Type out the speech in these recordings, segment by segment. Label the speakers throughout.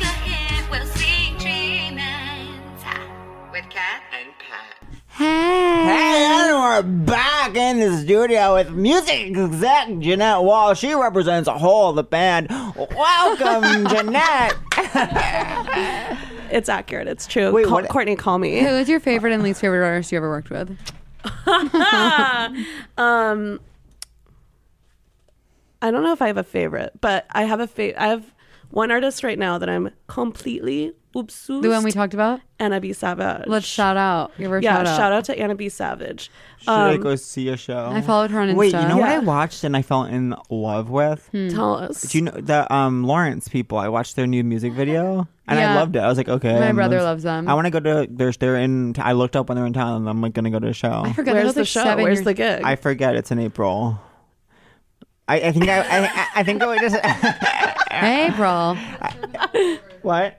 Speaker 1: a hint. Well, seek treatment Ha. with Kat and Pat.
Speaker 2: Hey, and we're back in the studio with music exec Jeanette Wall. She represents a whole of the band. Welcome, Jeanette.
Speaker 3: It's accurate. It's true.
Speaker 2: Wait,
Speaker 3: Call-
Speaker 2: what-
Speaker 3: Courtney, call me.
Speaker 4: Who was your favorite and least favorite artist you ever worked with?
Speaker 3: I don't know if I have a favorite, but I have a fa- I have one artist right now that I'm completely obsessed.
Speaker 4: The one we talked about?
Speaker 3: Anna B. Savage.
Speaker 4: Let's shout out. Give her a
Speaker 3: Yeah,
Speaker 4: shout out.
Speaker 3: to Anna B. Savage. Um,
Speaker 2: Should I go see a show?
Speaker 4: Um, I followed her on
Speaker 2: Wait, you
Speaker 4: Insta.
Speaker 2: know what I
Speaker 3: Yeah.
Speaker 2: watched and I fell in love with?
Speaker 4: Hmm.
Speaker 3: Tell us.
Speaker 2: Do you know the um, Lawrence people? I watched their new music video and I
Speaker 4: Yeah.
Speaker 2: loved it. I was like, okay.
Speaker 4: My
Speaker 2: I'm
Speaker 4: brother
Speaker 2: obs-
Speaker 4: loves them.
Speaker 2: I want to go to. They're, they're in. I looked up when they're in town and I'm like going to go to a show.
Speaker 4: I forgot. that
Speaker 3: Where's
Speaker 4: was
Speaker 3: the
Speaker 4: like
Speaker 3: show?
Speaker 4: seven
Speaker 3: Where's
Speaker 4: years-
Speaker 3: the gig?
Speaker 2: I forget it's in April. I, I think I, I, I- I think I would just.
Speaker 4: April.
Speaker 2: What?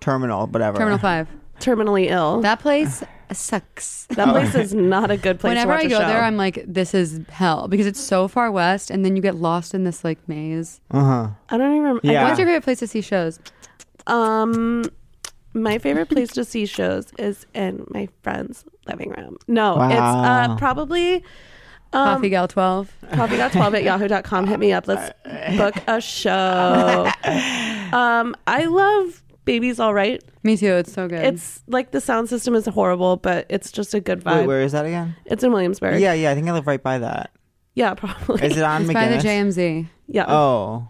Speaker 2: Terminal, whatever that place is. Terminal, whatever.
Speaker 4: Terminal 5.
Speaker 3: Terminally ill. That,
Speaker 4: That place sucks.
Speaker 3: place is not a good place. to
Speaker 4: Whenever
Speaker 3: watch
Speaker 4: I
Speaker 3: a
Speaker 4: go
Speaker 3: show.
Speaker 4: there, I'm like, this is hell because it's so far west and then you get lost in this like maze.
Speaker 3: I don't even. Remember.
Speaker 2: Yeah.
Speaker 4: What's your favorite place to see shows?
Speaker 3: Um, my favorite place to see shows is in my friend's living room. No, it's
Speaker 2: Wow.
Speaker 3: uh, probably Um,
Speaker 4: Coffee Gal 12.
Speaker 3: Coffee got 12 at yahoo.com. Hit me up. Let's book a show. Um, I love Babies All Right.
Speaker 4: Me too. It's so good.
Speaker 3: It's like the sound system is horrible, but it's just a good vibe.
Speaker 2: Mm. Wait, where is that again?
Speaker 3: It's in Williamsburg.
Speaker 2: Yeah, yeah. I think I live right by that.
Speaker 3: Yeah, probably.
Speaker 2: Is it on
Speaker 4: it's
Speaker 2: McGinnis?
Speaker 4: by the JMZ.
Speaker 3: yeah.
Speaker 2: Oh.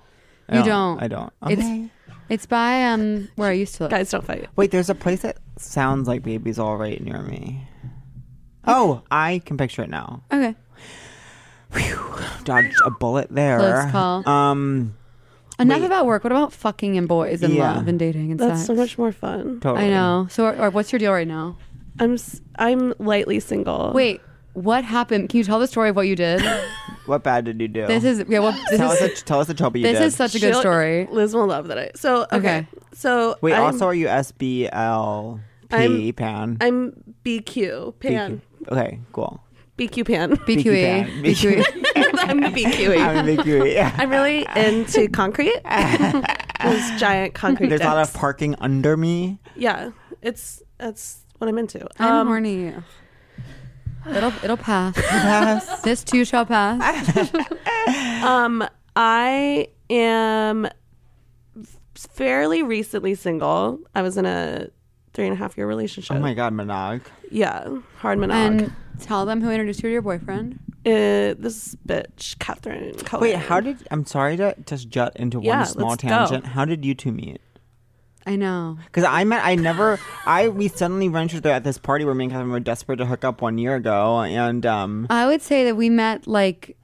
Speaker 2: I
Speaker 4: You don't.
Speaker 2: I don't.
Speaker 4: It's-
Speaker 2: Okay.
Speaker 4: It's by um where I used to live.
Speaker 3: Guys, don't fight.
Speaker 2: Wait, there's a place that sounds like Baby's All Right near me. Oh, I can picture it now.
Speaker 4: Okay.
Speaker 2: Dodged a bullet there.
Speaker 4: Close call.
Speaker 2: Um,
Speaker 4: Enough about work. What about fucking and boys and
Speaker 2: Yeah.
Speaker 4: love and dating and
Speaker 3: That's
Speaker 4: sex?
Speaker 3: so much more fun.
Speaker 2: totally.
Speaker 4: I know. So, or, or what's your deal right now?
Speaker 3: I'm s- I'm lightly single.
Speaker 4: Wait, what happened? Can you tell the story of what you did?
Speaker 2: What bad did you do?
Speaker 4: this is yeah. Well, this
Speaker 2: tell,
Speaker 4: is
Speaker 2: us the, tell us the trouble you
Speaker 4: this
Speaker 2: did.
Speaker 4: is such a good
Speaker 3: She'll-
Speaker 4: story.
Speaker 3: Liz will love that. I, so okay.
Speaker 4: Okay.
Speaker 3: So
Speaker 2: Wait,
Speaker 3: I'm,
Speaker 2: also, are you SBLP
Speaker 3: I'm-
Speaker 2: pan?
Speaker 3: I'm BQ pan
Speaker 2: Okay, cool.
Speaker 3: BQ pan.
Speaker 4: BQE.
Speaker 2: Bad.
Speaker 4: BQE.
Speaker 3: I'm the BQE.
Speaker 2: I'm a BQE. Yeah.
Speaker 3: I'm really into concrete. Those giant concrete.
Speaker 2: There's a lot of
Speaker 3: dicks.
Speaker 2: parking under me.
Speaker 3: yeah. It's that's what I'm into.
Speaker 2: Oh.
Speaker 4: I'm
Speaker 3: Um,
Speaker 4: horny. It'll it'll pass. this too shall pass.
Speaker 3: Um, I am fairly recently single. I was in a three and a half year relationship.
Speaker 2: Oh my god, Monog.
Speaker 3: Yeah, hard monog.
Speaker 4: And tell them who introduced you to your boyfriend.
Speaker 3: Uh, this bitch, Catherine. Cullen.
Speaker 2: Wait, how did I'm sorry to just jut into
Speaker 3: Yeah,
Speaker 2: one small
Speaker 3: let's go.
Speaker 2: tangent. How did you two meet?
Speaker 4: I know.
Speaker 2: Because I met, I never, I we suddenly ran each other at this party where me and Catherine were desperate to hook up one year ago, and um,
Speaker 4: I would say that we met like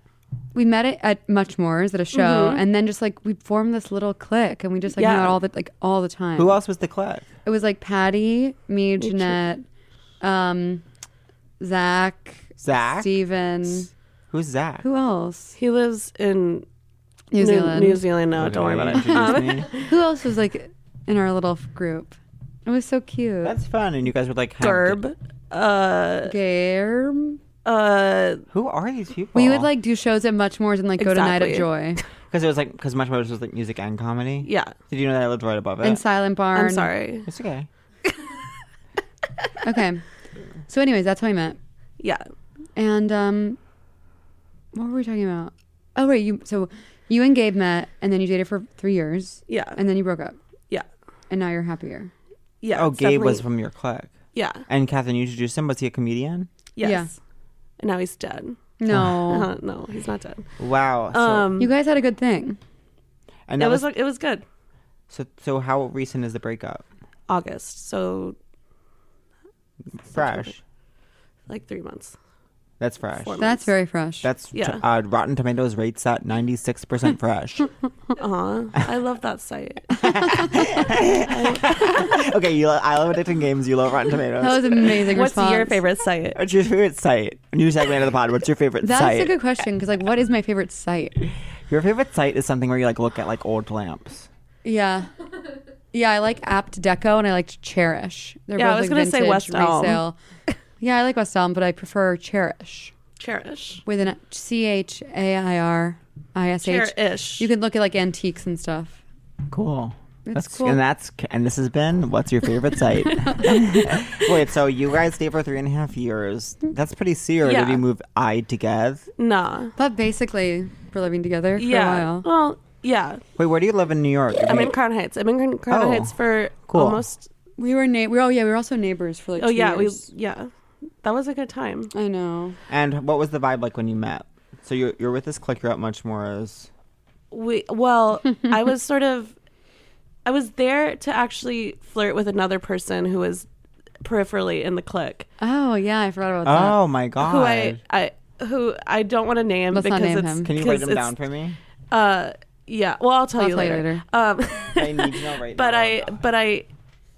Speaker 4: we met at, at Much More's at a show, and then just like we formed this little clique, and we just like hung
Speaker 3: Mm-hmm. Yeah.
Speaker 4: out all the like all the time.
Speaker 2: who else was the clique?
Speaker 4: It was like Patty, me, Jeanette, um, Zach,
Speaker 2: Zach?
Speaker 4: Steven.
Speaker 2: Who's Zach?
Speaker 4: Who else?
Speaker 3: He lives in
Speaker 4: New Zealand.
Speaker 3: New Zealand now.
Speaker 2: Okay,
Speaker 3: Don't worry about it.
Speaker 2: introduce me.
Speaker 4: Who else was like in our little f- group? It was so cute.
Speaker 2: That's fun, and you guys were like, have-
Speaker 3: Gerb. Uh,
Speaker 4: Germ.
Speaker 3: uh,
Speaker 2: Who are these people?
Speaker 4: We would like do shows at Much More's and like go to Night
Speaker 3: Exactly.
Speaker 4: of Joy
Speaker 2: because it was like because much Brothers was like music and comedy.
Speaker 3: yeah.
Speaker 2: Did you know that I lived right above it?
Speaker 4: and Silent Barn.
Speaker 3: I'm sorry.
Speaker 2: it's okay.
Speaker 4: Okay. So, anyways, that's how we met.
Speaker 3: Yeah.
Speaker 4: And um, what were we talking about? Oh, right. You so you and Gabe met, and then you dated for three years,
Speaker 3: Yeah.
Speaker 4: and then you broke up,
Speaker 3: yeah.
Speaker 4: and now you're happier.
Speaker 3: Yeah.
Speaker 2: Oh,
Speaker 3: it's
Speaker 2: Gabe was
Speaker 3: definitely-
Speaker 2: from your clique.
Speaker 3: Yeah.
Speaker 2: And Catherine, you introduced him. Was he a comedian?
Speaker 3: Yes.
Speaker 4: Yeah.
Speaker 3: And now he's dead.
Speaker 4: No.
Speaker 3: Uh, no, he's not dead.
Speaker 2: Wow. So,
Speaker 3: Um,
Speaker 4: You guys had a good thing.
Speaker 2: and
Speaker 3: it
Speaker 2: that
Speaker 3: was
Speaker 2: was,
Speaker 3: like it was good.
Speaker 2: so. So how recent is the breakup?
Speaker 3: August, so
Speaker 2: Fresh.
Speaker 3: like three months.
Speaker 2: That's fresh.
Speaker 4: That's very fresh.
Speaker 2: That's
Speaker 3: Yeah.
Speaker 2: uh, Rotten Tomatoes rates that 96% fresh.
Speaker 3: Uh-huh. I love that site.
Speaker 2: okay, you lo- I love addicting games. You love Rotten Tomatoes.
Speaker 4: that was an amazing.
Speaker 3: What's
Speaker 4: response.
Speaker 3: your favorite site?
Speaker 2: What's your favorite site? New segment of the pod. What's your favorite
Speaker 4: That's
Speaker 2: site?
Speaker 4: a good question because like, what is my favorite site?
Speaker 2: Your favorite site is something where you like look at like old lamps.
Speaker 4: Yeah. Yeah, I like Apt Deco and I liked Cherish. They're
Speaker 3: Yeah, I was
Speaker 4: both like
Speaker 3: gonna say
Speaker 4: vintage
Speaker 3: West Elm.
Speaker 4: resale. yeah, I like West Elm, but I prefer Cherish
Speaker 3: Cherish.
Speaker 4: with an C H A I R I S H.
Speaker 3: Cherish.
Speaker 4: You can look at like antiques and stuff.
Speaker 2: Cool.
Speaker 4: That's
Speaker 2: That's-
Speaker 4: cool.
Speaker 2: And that's and this has been what's your favorite site? Wait, so you guys stayed for three and a half years. That's pretty serious.
Speaker 3: Yeah.
Speaker 2: Did you move I together?
Speaker 3: Nah.
Speaker 4: But basically, we're living together for
Speaker 3: yeah.
Speaker 4: a while.
Speaker 3: Well, yeah.
Speaker 2: Wait, where do you live in New York?
Speaker 3: I'm in Crown Heights. I've been in Crown
Speaker 2: Oh,
Speaker 3: Heights for
Speaker 2: cool.
Speaker 3: almost.
Speaker 4: We were na- we were, oh yeah, we were also neighbors for like
Speaker 3: Oh
Speaker 4: two
Speaker 3: yeah,
Speaker 4: years.
Speaker 3: we yeah. That was a good time.
Speaker 4: I know.
Speaker 2: and what was the vibe like when you met? So you're you're with this clique. You're at much more as
Speaker 3: We well, I was sort of, I was there to actually flirt with another person who was peripherally in the clique,
Speaker 4: Oh yeah, I forgot about that.
Speaker 2: oh my god.
Speaker 3: Uh, who I I who I don't want to name
Speaker 4: Let's not
Speaker 3: because
Speaker 4: name
Speaker 3: it's
Speaker 4: him.
Speaker 2: Can you
Speaker 3: 'cause
Speaker 2: write them
Speaker 3: it's-
Speaker 2: down for me?
Speaker 3: Uh, yeah. Well, I'll tell
Speaker 4: I'll
Speaker 3: you
Speaker 4: tell you
Speaker 3: later.
Speaker 4: later.
Speaker 3: Um,
Speaker 2: I need to know right
Speaker 3: but
Speaker 2: now.
Speaker 3: I but I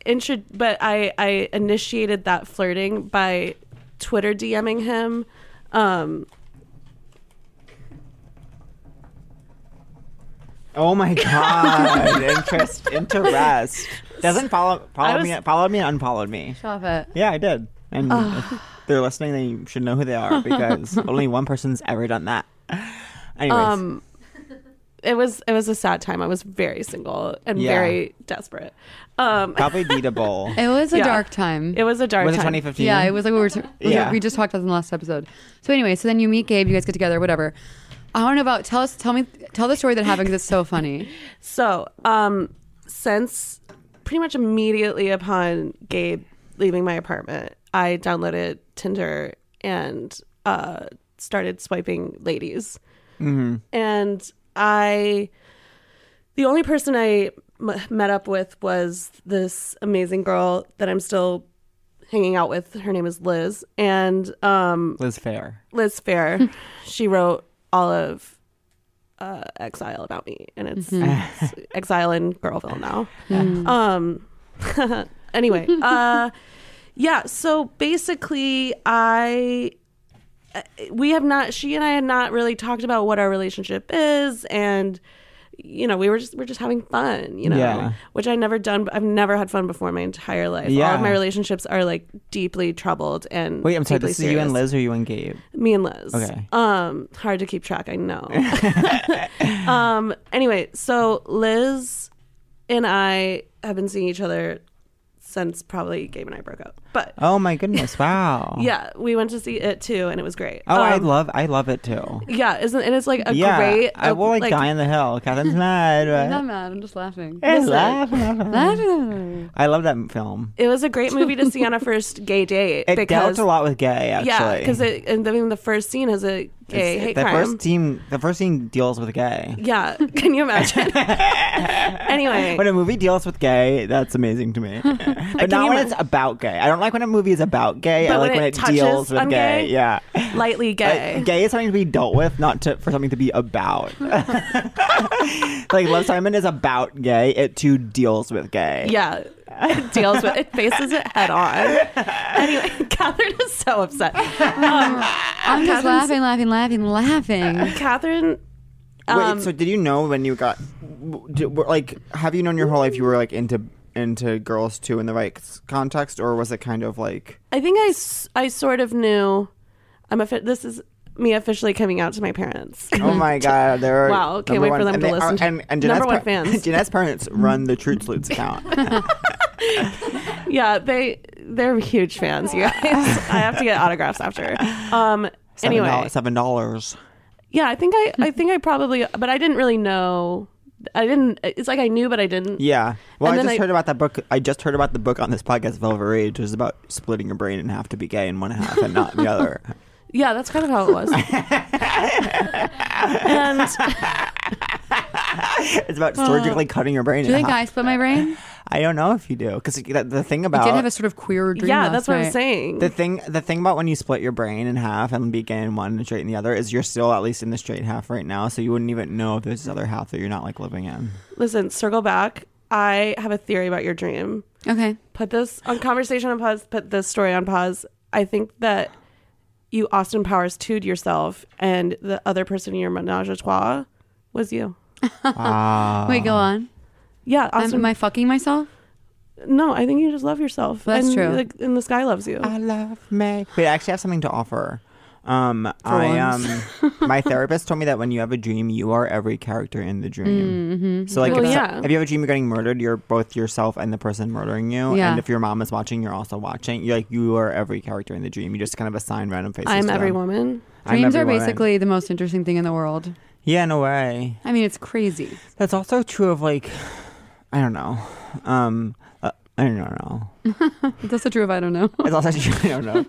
Speaker 3: intro but I I initiated that flirting by Twitter DMing him. Um,
Speaker 2: Oh my god! interest, interest. Doesn't follow follow
Speaker 3: I was-
Speaker 2: me. Follow me. Unfollowed me.
Speaker 4: Stop it.
Speaker 2: Yeah, I did. And if they're listening. They should know who they are because only one person's ever done that. Anyways,
Speaker 3: um, it was it was a sad time. I was very single and
Speaker 2: Yeah.
Speaker 3: very desperate. Um,
Speaker 2: probably beatable.
Speaker 4: It was a
Speaker 3: Yeah.
Speaker 4: dark time.
Speaker 3: it was a dark
Speaker 2: was it
Speaker 3: time.
Speaker 2: 2015?
Speaker 4: Yeah, it was like we were. T- we-
Speaker 2: Yeah.
Speaker 4: we just talked about this in the last episode. So anyway, so then you meet Gabe, you guys get together, whatever. I want to know about. Tell us. Tell me. Tell the story that happened because it's so funny.
Speaker 3: So, um, since pretty much immediately upon Gabe leaving my apartment, I downloaded Tinder and uh, started swiping ladies. And I, the only person I m- met up with was this amazing girl that I'm still hanging out with. Her name is Liz. And um,
Speaker 2: Liz Fair.
Speaker 3: Liz Fair, she wrote all of uh, Exile about me, and it's,
Speaker 2: Mm-hmm.
Speaker 3: it's Exile in Girlville now.
Speaker 2: Mm.
Speaker 3: Um, anyway, uh, yeah. So basically, I uh, we have not. She and I had not really talked about what our relationship is, and you know, we were just we're just having fun, you know,
Speaker 2: Yeah.
Speaker 3: which I never done. I've never had fun before in my entire life. All
Speaker 2: Yeah.
Speaker 3: of my relationships are like deeply troubled and
Speaker 2: Wait, I'm sorry.
Speaker 3: deeply
Speaker 2: This is you and
Speaker 3: serious.
Speaker 2: Liz, or you and Gabe?
Speaker 3: Me and Liz.
Speaker 2: Okay.
Speaker 3: Um, hard to keep track, I know. um, anyway, so Liz and I have been seeing each other since probably Gabe and I broke up. But
Speaker 2: Oh my goodness! Wow.
Speaker 3: yeah, we went to see it too, and it was great.
Speaker 2: Oh, I
Speaker 3: Um,
Speaker 2: love. I love it too.
Speaker 3: Yeah, isn't and it's like a
Speaker 2: Yeah,
Speaker 3: great.
Speaker 2: I
Speaker 3: a-
Speaker 2: will like, die in the hill. Catherine's mad.
Speaker 4: I'm
Speaker 2: Right?
Speaker 4: not mad. I'm just laughing.
Speaker 2: I love-
Speaker 4: Laughing.
Speaker 2: I love that film.
Speaker 3: It was a great movie to see on a first gay date
Speaker 2: It
Speaker 3: because
Speaker 2: dealt a lot with gay, actually.
Speaker 3: yeah, because and I mean the first scene is a gay hate
Speaker 2: the
Speaker 3: crime.
Speaker 2: first team, the first scene deals with gay.
Speaker 3: yeah, can you imagine? anyway,
Speaker 2: When a movie deals with gay, that's amazing to me. but not
Speaker 3: you
Speaker 2: when
Speaker 3: ma-
Speaker 2: it's about gay. I don't like when a movie is about gay. I
Speaker 3: But
Speaker 2: like
Speaker 3: when
Speaker 2: when
Speaker 3: it
Speaker 2: it, deals
Speaker 3: touches
Speaker 2: with
Speaker 3: on
Speaker 2: gay.
Speaker 3: gay?
Speaker 2: Yeah.
Speaker 3: lightly gay.
Speaker 2: Like, gay is something to be dealt with, not to for something to be about. like Love Simon is about gay. It too deals with gay.
Speaker 3: Yeah, it deals with it, faces it head on. Anyway, Catherine is so upset. Um,
Speaker 4: I'm just laughing, laughing, laughing, laughing.
Speaker 3: Catherine, um,
Speaker 2: Wait. So did you know when you got did- were- like have you known your whole life you were like into into girls too in the right s- context, or was it kind of like
Speaker 3: I think I, s- I sort of knew. I'm a this is me officially coming out to my parents.
Speaker 2: Oh my god, they're
Speaker 3: Wow,
Speaker 2: number
Speaker 3: can't wait for them
Speaker 2: and
Speaker 3: to
Speaker 2: they are-
Speaker 3: listen to-
Speaker 2: and, and Jeanette's
Speaker 3: Number one
Speaker 2: par-
Speaker 3: fans.
Speaker 2: Jeanette's parents run the Truth Sleuths account.
Speaker 3: yeah, they they're huge fans. You guys, I have to get autographs after. Um,
Speaker 2: Seven
Speaker 3: anyway,
Speaker 2: doll- seven dollars.
Speaker 3: yeah, I think I I think I probably, but I didn't really know. I didn't. It's like I knew, but I didn't.
Speaker 2: Yeah. Well,
Speaker 3: And
Speaker 2: I
Speaker 3: then
Speaker 2: just
Speaker 3: I-
Speaker 2: heard about that book. I just heard about the book on this podcast, Velvet Rage, which is about splitting your brain in half to be gay and one half and not the other.
Speaker 3: Yeah, that's kind of how it was. and
Speaker 2: It's about surgically cutting your brain
Speaker 4: Do you
Speaker 2: in
Speaker 4: think
Speaker 2: half.
Speaker 4: I split my brain?
Speaker 2: I don't know if you do because the, the thing
Speaker 4: I
Speaker 2: about
Speaker 4: did have a sort of queer dream.
Speaker 3: yeah,
Speaker 4: last
Speaker 3: that's what I'm
Speaker 4: night.
Speaker 3: saying.
Speaker 2: the thing the thing about when you split your brain in half and be gay in one and straight in the other is you're still at least in the straight half right now, so you wouldn't even know if there's this other half that you're not like living in.
Speaker 3: Listen, circle back. I have a theory about your dream.
Speaker 4: Okay.
Speaker 3: Put this on conversation on pause. Put this story on pause. I think that you Austin Powers two'd yourself, and the other person in your menage a trois was you.
Speaker 2: Wow.
Speaker 4: Wait, go on.
Speaker 3: Yeah,
Speaker 4: I'm,
Speaker 3: Austin.
Speaker 4: am I fucking myself?
Speaker 3: no, I think you just love yourself.
Speaker 4: That's
Speaker 3: and,
Speaker 4: true.
Speaker 3: Like, and the sky loves you.
Speaker 2: I love me. Wait, I actually have something to offer. Um, I
Speaker 4: once.
Speaker 2: um, my therapist told me that when you have a dream, you are every character in the dream.
Speaker 4: Mm-hmm.
Speaker 2: So like,
Speaker 4: Oh,
Speaker 3: Well,
Speaker 2: if, so-
Speaker 3: yeah.
Speaker 2: if you have a dream of getting murdered, you're both yourself and the person murdering you.
Speaker 4: Yeah.
Speaker 2: And if your mom is watching, you're also watching. You're like you are every character in the dream. You just kind of assign random faces. to
Speaker 3: I'm
Speaker 2: them.
Speaker 3: every woman.
Speaker 2: I'm
Speaker 4: Dreams
Speaker 2: every
Speaker 4: are
Speaker 2: woman.
Speaker 4: basically the most interesting thing in the world.
Speaker 2: yeah, in a way.
Speaker 4: I mean, it's crazy.
Speaker 2: That's also true of like, I don't know. Um, uh, I don't know.
Speaker 4: That's so true if I don't know.
Speaker 2: It's also true. I don't know.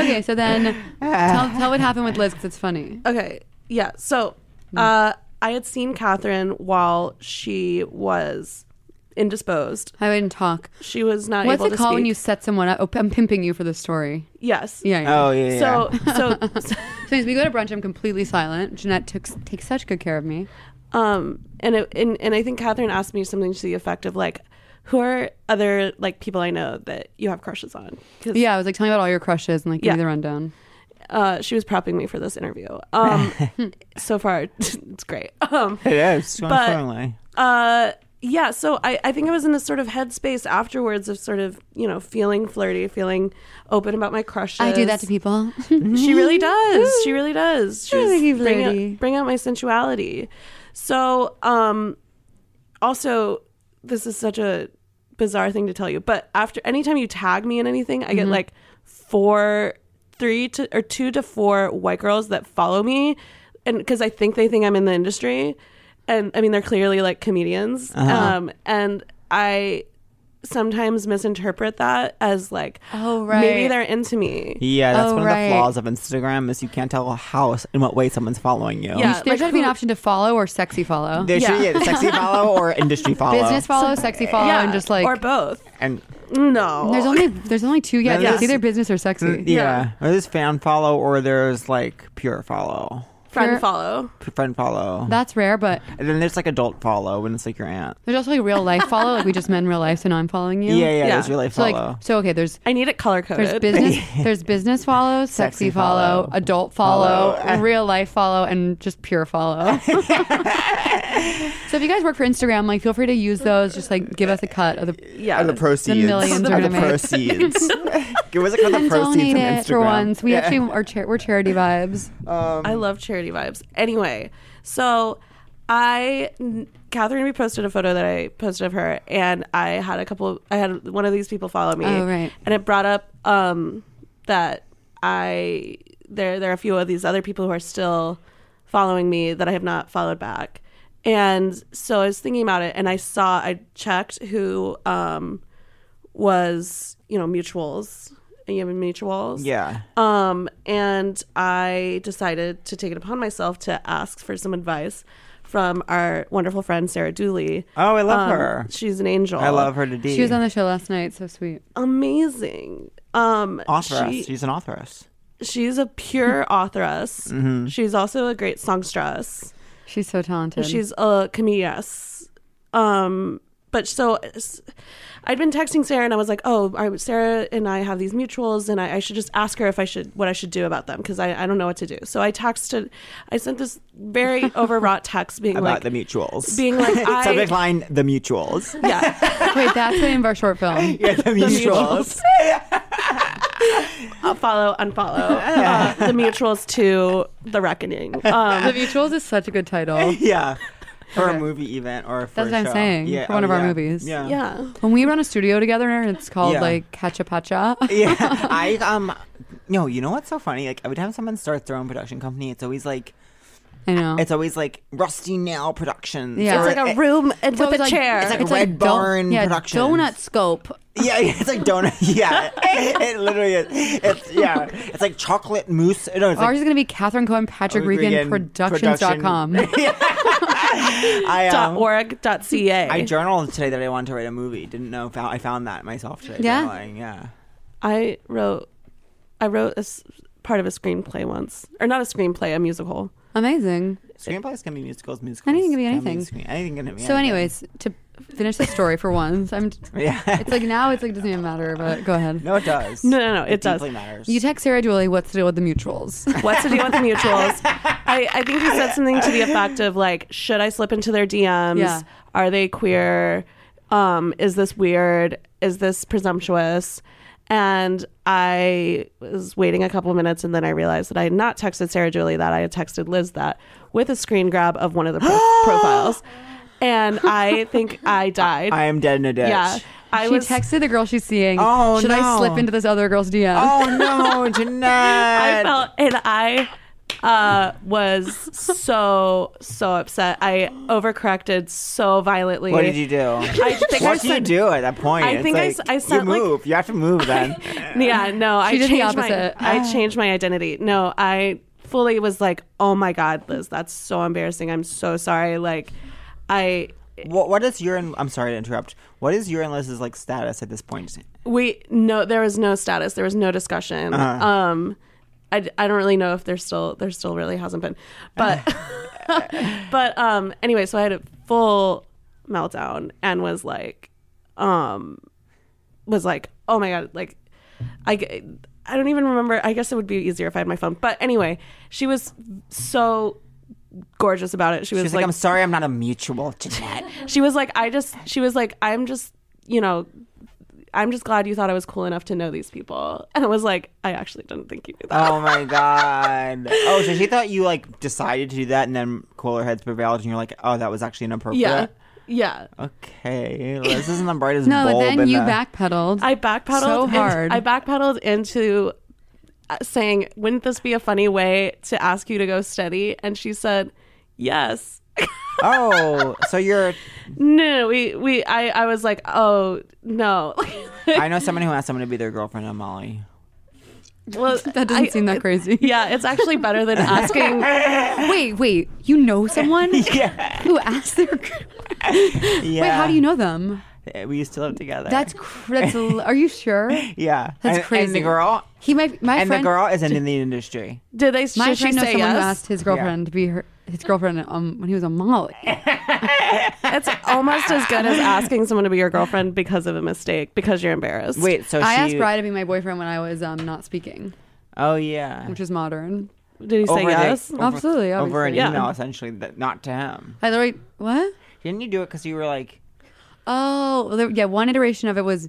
Speaker 4: okay, so then tell, tell what happened with Liz because it's funny.
Speaker 3: Okay. Yeah. So uh, I had seen Catherine while she was indisposed.
Speaker 4: I wouldn't talk.
Speaker 3: She was not
Speaker 4: What's
Speaker 3: able
Speaker 4: it
Speaker 3: to
Speaker 4: called when you
Speaker 3: speak.
Speaker 4: set someone up? Oh, I'm pimping you for the story.
Speaker 3: Yes.
Speaker 4: Yeah. yeah.
Speaker 2: Oh yeah. yeah.
Speaker 3: So, so, so,
Speaker 4: So as we go to brunch, I'm completely silent. Jeanette took, takes such good care of me.
Speaker 3: um, and, it, and and I think Catherine asked me something to the effect of like, who are other like people I know that you have crushes on? 'Cause,
Speaker 4: Yeah, I was like, tell me about all your crushes and like give me
Speaker 3: Yeah.
Speaker 4: the rundown.
Speaker 3: uh, she was prepping me for this interview. Um, so far, it's great. Um,
Speaker 2: it is.
Speaker 3: but-
Speaker 2: But,
Speaker 3: uh yeah so I, I think i was in a sort of headspace afterwards of sort of you know feeling flirty feeling open about my crushes
Speaker 4: I do that to people.
Speaker 3: she really does she really does she
Speaker 4: I
Speaker 3: was
Speaker 4: think you're
Speaker 3: bring,
Speaker 4: flirty.
Speaker 3: out, bring out my sensuality so um also this is such a bizarre thing to tell you but after anytime you tag me in anything i
Speaker 4: Mm-hmm.
Speaker 3: get like four three to or two to four white girls that follow me and because i think they think i'm in the industry and i mean they're clearly like comedians
Speaker 4: Uh-huh.
Speaker 3: um and i sometimes misinterpret that as like
Speaker 4: Oh,
Speaker 3: maybe
Speaker 4: right.
Speaker 3: they're into me
Speaker 2: Yeah, that's
Speaker 4: Oh,
Speaker 2: one
Speaker 4: right.
Speaker 2: of the flaws of Instagram is you can't tell how s- in what way someone's following you.
Speaker 3: Yeah.
Speaker 4: there
Speaker 3: Like,
Speaker 4: should be an
Speaker 3: who-
Speaker 4: option to follow or sexy follow.
Speaker 2: There should
Speaker 3: Yeah.
Speaker 2: yeah, the sexy follow or industry follow.
Speaker 4: Business follow, sexy follow, and just like
Speaker 3: or both
Speaker 2: and
Speaker 3: no
Speaker 4: there's only there's only two. Yeah,
Speaker 2: Yes.
Speaker 4: it's either business or sexy.
Speaker 3: Mm,
Speaker 2: yeah. or there's fan follow or there's like pure follow,
Speaker 3: friend
Speaker 4: You're-
Speaker 3: follow
Speaker 2: p- friend follow.
Speaker 4: That's rare, but
Speaker 2: and then there's like adult follow when it's like your aunt.
Speaker 4: there's also like real life follow. Like we just met in real life, so now I'm following you.
Speaker 2: Yeah, yeah,
Speaker 3: Yeah.
Speaker 2: there's your life
Speaker 4: So
Speaker 2: follow.
Speaker 4: like so okay, there's
Speaker 3: i need it color
Speaker 4: there's
Speaker 3: coded
Speaker 4: business there's business follow, sexy,
Speaker 2: Sexy
Speaker 4: follow,
Speaker 2: follow.
Speaker 4: adult follow, real life follow, and just pure follow. so if you guys work for Instagram, like feel free to use those. Just like give us a cut of the
Speaker 3: yeah
Speaker 2: the proceeds.
Speaker 4: millions
Speaker 2: Of
Speaker 4: are
Speaker 2: the
Speaker 4: gonna make.
Speaker 2: proceeds. Give us a kind of the
Speaker 4: and
Speaker 2: proceeds
Speaker 4: donate
Speaker 2: from
Speaker 4: it
Speaker 2: Instagram.
Speaker 4: for once. We actually are char- we're charity vibes.
Speaker 3: I
Speaker 4: Um,
Speaker 3: love charity vibes. Anyway, so I Catherine reposted a photo that I posted of her, and I had a couple. I had one of these people follow me.
Speaker 4: Oh, right.
Speaker 3: And it brought up um, that I there there are a few of these other people who are still following me that I have not followed back. And so I was thinking about it, and I saw I checked who um, was you know mutuals. You have mutuals,
Speaker 2: Yeah.
Speaker 3: um, and I decided to take it upon myself to ask for some advice from our wonderful friend Sarah Dooley.
Speaker 2: Oh, I love
Speaker 3: Um,
Speaker 2: her.
Speaker 3: She's an angel.
Speaker 2: I love her to D.
Speaker 4: She was on the show last night. So sweet.
Speaker 3: Amazing. Um,
Speaker 2: authoress.
Speaker 3: she-
Speaker 2: She's an authoress.
Speaker 3: she's a pure authoress.
Speaker 2: Mm-hmm.
Speaker 3: She's also a great songstress.
Speaker 4: She's so talented.
Speaker 3: She's a comedian. Um, but so s- I'd been texting Sarah and I was like, oh, I, Sarah and I have these mutuals and I, I should just ask her if I should, what I should do about them because I, I don't know what to do. So I texted, I sent this very overwrought text being
Speaker 2: About
Speaker 3: like,
Speaker 2: the mutuals.
Speaker 3: being like, I,
Speaker 2: Subject line: the mutuals.
Speaker 3: yeah,
Speaker 4: wait. That's the name of our short film.
Speaker 2: Yeah, the mutuals.
Speaker 3: I'll follow, unfollow uh, the mutuals to the reckoning. Um,
Speaker 4: the Mutuals is such a good title.
Speaker 2: yeah. For
Speaker 4: Okay.
Speaker 2: a movie event or for
Speaker 4: That's
Speaker 2: a
Speaker 4: what I'm
Speaker 2: show. oh,
Speaker 4: saying, for one of our movies.
Speaker 2: Yeah.
Speaker 3: yeah.
Speaker 4: When we run a studio together, and it's called
Speaker 2: Yeah.
Speaker 4: like Cachapacha.
Speaker 2: yeah. I um no, you know what's so funny? Like every time someone starts their own production company, it's always like
Speaker 4: I know.
Speaker 2: It's always like Rusty Nail Productions.
Speaker 4: Yeah.
Speaker 2: or
Speaker 3: It's like a
Speaker 2: it-
Speaker 3: room and
Speaker 4: So
Speaker 3: with a
Speaker 4: it's like-
Speaker 3: chair.
Speaker 2: It's like
Speaker 4: it's
Speaker 2: Red
Speaker 4: like
Speaker 2: Barn
Speaker 4: don- yeah,
Speaker 2: Productions.
Speaker 4: Donut Scope.
Speaker 2: Yeah, it's like donut. Yeah, it literally is. It's yeah, it's like chocolate mousse. No, it's
Speaker 4: Ours
Speaker 2: like
Speaker 4: is going to be Catherine Cohen, Patrick Regan, Productions.com.
Speaker 2: I
Speaker 3: dot
Speaker 2: um,
Speaker 3: org dot ca.
Speaker 2: I journaled today that I wanted to write a movie. Didn't know. Found, I found that myself today.
Speaker 4: Yeah?
Speaker 2: journaling, yeah.
Speaker 3: I wrote, I wrote a s- part of a screenplay once, or not a screenplay, a musical.
Speaker 4: Amazing.
Speaker 2: Screenplays can be musicals. Musicals.
Speaker 4: Anything can be
Speaker 2: be
Speaker 4: anything.
Speaker 2: screen- anything can be.
Speaker 4: So,
Speaker 2: anything.
Speaker 4: anyways, to finish the story for once, I'm.
Speaker 2: yeah.
Speaker 4: It's like now it's like doesn't even matter, but go ahead.
Speaker 2: No, it does.
Speaker 3: No, no, no, it does.
Speaker 2: deeply matters.
Speaker 4: You text Sarah Dooley what's to do with the mutuals.
Speaker 3: What's to do with the mutuals? I, I think he said something to the effect of like, should I slip into their DMs?
Speaker 4: Yeah.
Speaker 3: Are they queer? Um, is this weird? Is this presumptuous? And I was waiting a couple of minutes and then I realized that I had not texted Sarah Julie that I had texted Liz that with a screen grab of one of the pro- profiles. And I think I died.
Speaker 2: I am dead in a ditch.
Speaker 3: yeah. I
Speaker 4: she
Speaker 3: was
Speaker 4: texted the girl she's seeing.
Speaker 2: Oh,
Speaker 4: Should I
Speaker 2: no.
Speaker 4: slip into this other girl's DM?
Speaker 2: Oh no, Jeanette.
Speaker 3: I felt and I uh, was so so upset. I overcorrected so violently.
Speaker 2: What did you do?
Speaker 3: I think I
Speaker 2: what do you
Speaker 3: said,
Speaker 2: do at that point?
Speaker 3: I
Speaker 2: It's
Speaker 3: think I
Speaker 2: like,
Speaker 3: s- I sent,
Speaker 2: you
Speaker 3: like-
Speaker 2: move. you have to move then.
Speaker 3: Yeah, no, I
Speaker 4: She did
Speaker 3: changed
Speaker 4: the
Speaker 3: my
Speaker 4: opposite. Oh.
Speaker 3: I changed my identity. No, I fully was like, "Oh my god, Liz, that's so embarrassing. I'm so sorry." Like I
Speaker 2: what, what is your? and- I'm sorry to interrupt. What is your and Liz's like status at this point?
Speaker 3: we no there was no status. There was no discussion.
Speaker 2: Uh-huh.
Speaker 3: Um I, I don't really know if there's still there still really hasn't been. But but um anyway so i had a full meltdown and was like um was like oh my god like i g- i don't even remember i guess it would be easier if i had my phone but anyway she was so gorgeous about it she was
Speaker 2: She's like,
Speaker 3: like,
Speaker 2: I'm sorry, I'm not a mutual, Jeanette.
Speaker 3: she was like i just she was like i'm just you know i'm just glad you thought i was cool enough to know these people and i was like i actually didn't think you knew that
Speaker 2: oh my god. Oh, so she thought you like decided to do that, and then cooler heads prevailed, and you're like, oh, that was actually inappropriate.
Speaker 3: yeah yeah
Speaker 2: Okay, this isn't the brightest
Speaker 4: no, but
Speaker 2: bulb
Speaker 4: then
Speaker 2: in
Speaker 4: you
Speaker 2: the-
Speaker 4: backpedaled.
Speaker 3: I backpedaled.
Speaker 4: So
Speaker 3: into-
Speaker 4: hard.
Speaker 3: I backpedaled into uh, saying, "Wouldn't this be a funny way to ask you to go steady?" And she said, "Yes."
Speaker 2: Oh, so you're.
Speaker 3: No, no, no, we we I I was like, "Oh no."
Speaker 2: I know someone who asked someone to be their girlfriend on Molly.
Speaker 3: well,
Speaker 4: that doesn't
Speaker 3: I-
Speaker 4: seem
Speaker 2: uh,
Speaker 4: that crazy.
Speaker 3: Yeah, it's actually better than asking.
Speaker 4: Wait, wait. You know someone
Speaker 2: Yeah.
Speaker 4: who asked their.
Speaker 2: Yeah.
Speaker 4: Wait, how do you know them?
Speaker 2: We used to live together.
Speaker 4: That's cr- that's. l- Are you sure?
Speaker 2: yeah. That's
Speaker 4: crazy.
Speaker 2: And the girl.
Speaker 4: He might. My
Speaker 2: And
Speaker 4: friend.
Speaker 2: the girl isn't in the industry.
Speaker 3: Did they?
Speaker 4: My
Speaker 3: should she
Speaker 4: friend knows
Speaker 3: say
Speaker 4: someone who
Speaker 3: yes?
Speaker 4: asked his girlfriend to be her his girlfriend um, when he was a Molly.
Speaker 3: It's almost as good as asking someone to be your girlfriend because of a mistake because you're embarrassed.
Speaker 2: Wait, so
Speaker 4: I
Speaker 2: she.
Speaker 4: asked Bry to be my boyfriend when I was um, not speaking,
Speaker 2: Oh yeah.
Speaker 4: which is modern.
Speaker 3: did he say
Speaker 2: Over the-
Speaker 3: yes?
Speaker 2: over-
Speaker 4: Absolutely,
Speaker 2: Over an
Speaker 4: obviously.
Speaker 3: Yeah.
Speaker 2: email, essentially, that not to him.
Speaker 4: I literally what?
Speaker 2: Didn't you do it because you were like,
Speaker 4: Oh, there, yeah. One iteration of it was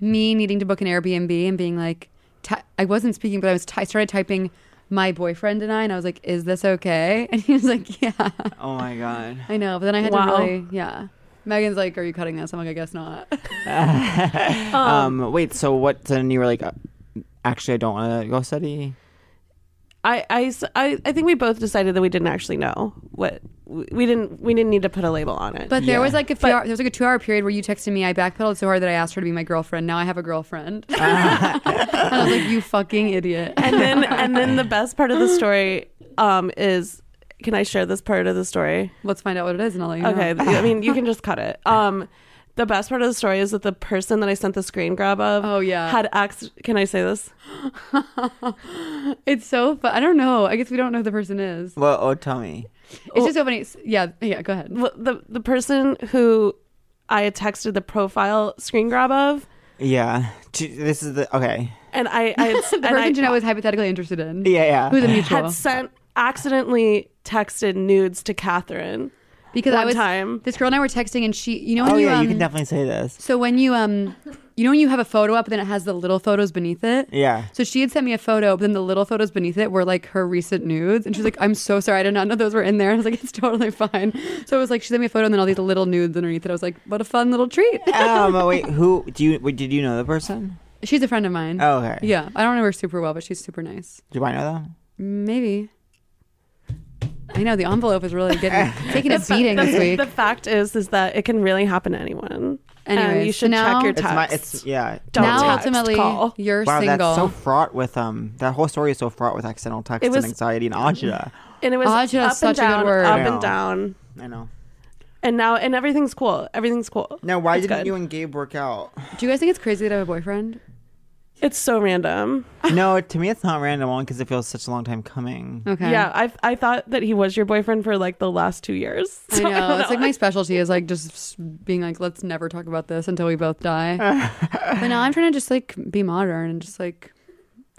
Speaker 4: me needing to book an Airbnb and being like, ty- I wasn't speaking, but I was. T- I started typing my boyfriend and I, and I was like, "Is this okay?" And he was like, "Yeah,
Speaker 2: oh my god.
Speaker 4: I know." But then I had
Speaker 3: Wow.
Speaker 4: to really, yeah. Megan's like, "Are you cutting this?" I'm like, "I guess not."
Speaker 2: Um, wait, so what? Then you were like, uh, actually, I don't want to go study.
Speaker 3: I, I s- I- I think we both decided that we didn't actually know what we didn't we didn't need to put a label on it.
Speaker 4: But there was like a few hour, there was like a two hour period where you texted me. I backpedaled so hard that I asked her to be my girlfriend. Now I have a girlfriend, and I was like, "You fucking idiot!"
Speaker 3: and then and then the best part of the story um is can I share this part of the story?
Speaker 4: Let's find out what it is, and I'll let you
Speaker 3: Okay,
Speaker 4: know.
Speaker 3: I mean you can just cut it. Um the best part of the story is that the person that I sent the screen grab of
Speaker 4: Oh, yeah.
Speaker 3: had ex- can I say this?
Speaker 4: It's so, but I don't know. I guess we don't know who the person is.
Speaker 2: Well, oh, tell me.
Speaker 4: It's just so funny. It's- Yeah, yeah. Go ahead.
Speaker 3: Well, the the person who I had texted the profile screen grab of
Speaker 2: Yeah, T- this is the okay.
Speaker 3: and I I had,
Speaker 4: The
Speaker 3: and I
Speaker 4: person Jeanette was hypothetically interested in.
Speaker 2: Yeah, yeah.
Speaker 4: Who's a mutual?
Speaker 3: had sent accidentally texted nudes to Catherine.
Speaker 4: Because I
Speaker 3: one
Speaker 4: was
Speaker 3: time.
Speaker 4: this girl and I were texting, and she, you know, when
Speaker 2: oh
Speaker 4: you,
Speaker 2: yeah,
Speaker 4: um,
Speaker 2: you can definitely say this.
Speaker 4: so when you um, you know, when you have a photo up, and then it has the little photos beneath it.
Speaker 2: Yeah.
Speaker 4: So she had sent me a photo, but then the little photos beneath it were like her recent nudes. And she's like, I'm so sorry. I did not know those were in there. And I was like, it's totally fine. So it was like, she sent me a photo and then all these little nudes underneath it. I was like, what a fun little treat.
Speaker 2: um, oh, wait, who do you? Wait, did you know the person?
Speaker 4: she's a friend of mine.
Speaker 2: Oh, okay.
Speaker 4: Yeah. I don't know her super well, but she's super nice.
Speaker 2: Do I know them?
Speaker 4: Maybe. I know the envelope is really getting taking a beating
Speaker 3: the,
Speaker 4: this week.
Speaker 3: the fact is, is that it can really happen to anyone. and
Speaker 4: Anyways,
Speaker 3: you should
Speaker 4: so
Speaker 3: check
Speaker 4: now-
Speaker 3: your
Speaker 4: It's
Speaker 2: It's
Speaker 3: text.
Speaker 2: my. It's yeah.
Speaker 3: Don't
Speaker 4: now
Speaker 3: text,
Speaker 4: ultimately
Speaker 3: call.
Speaker 4: you're
Speaker 2: Wow,
Speaker 4: single.
Speaker 2: that's so fraught with um. That whole story is so fraught with accidental texts
Speaker 3: was-
Speaker 2: and anxiety and agita.
Speaker 3: and it was
Speaker 4: Ajahn is
Speaker 3: up
Speaker 4: such a
Speaker 3: and
Speaker 4: good
Speaker 3: down,
Speaker 4: word.
Speaker 3: up
Speaker 2: I know.
Speaker 3: and down,
Speaker 2: I know.
Speaker 3: and now and everything's cool. Everything's cool.
Speaker 2: Now, why
Speaker 3: It's
Speaker 2: didn't
Speaker 3: good.
Speaker 2: you and Gabe work out?
Speaker 4: Do you guys think it's crazy to have a boyfriend?
Speaker 3: It's so random.
Speaker 2: no, to me, it's not random one because it feels such a long time coming.
Speaker 4: Okay.
Speaker 3: Yeah, I I thought that he was your boyfriend for like the last two years.
Speaker 4: I
Speaker 3: So
Speaker 4: know.
Speaker 3: I don't
Speaker 4: It's like my specialty is like just s- being like, let's never talk about this until we both die. but now I'm trying to just like be modern and just like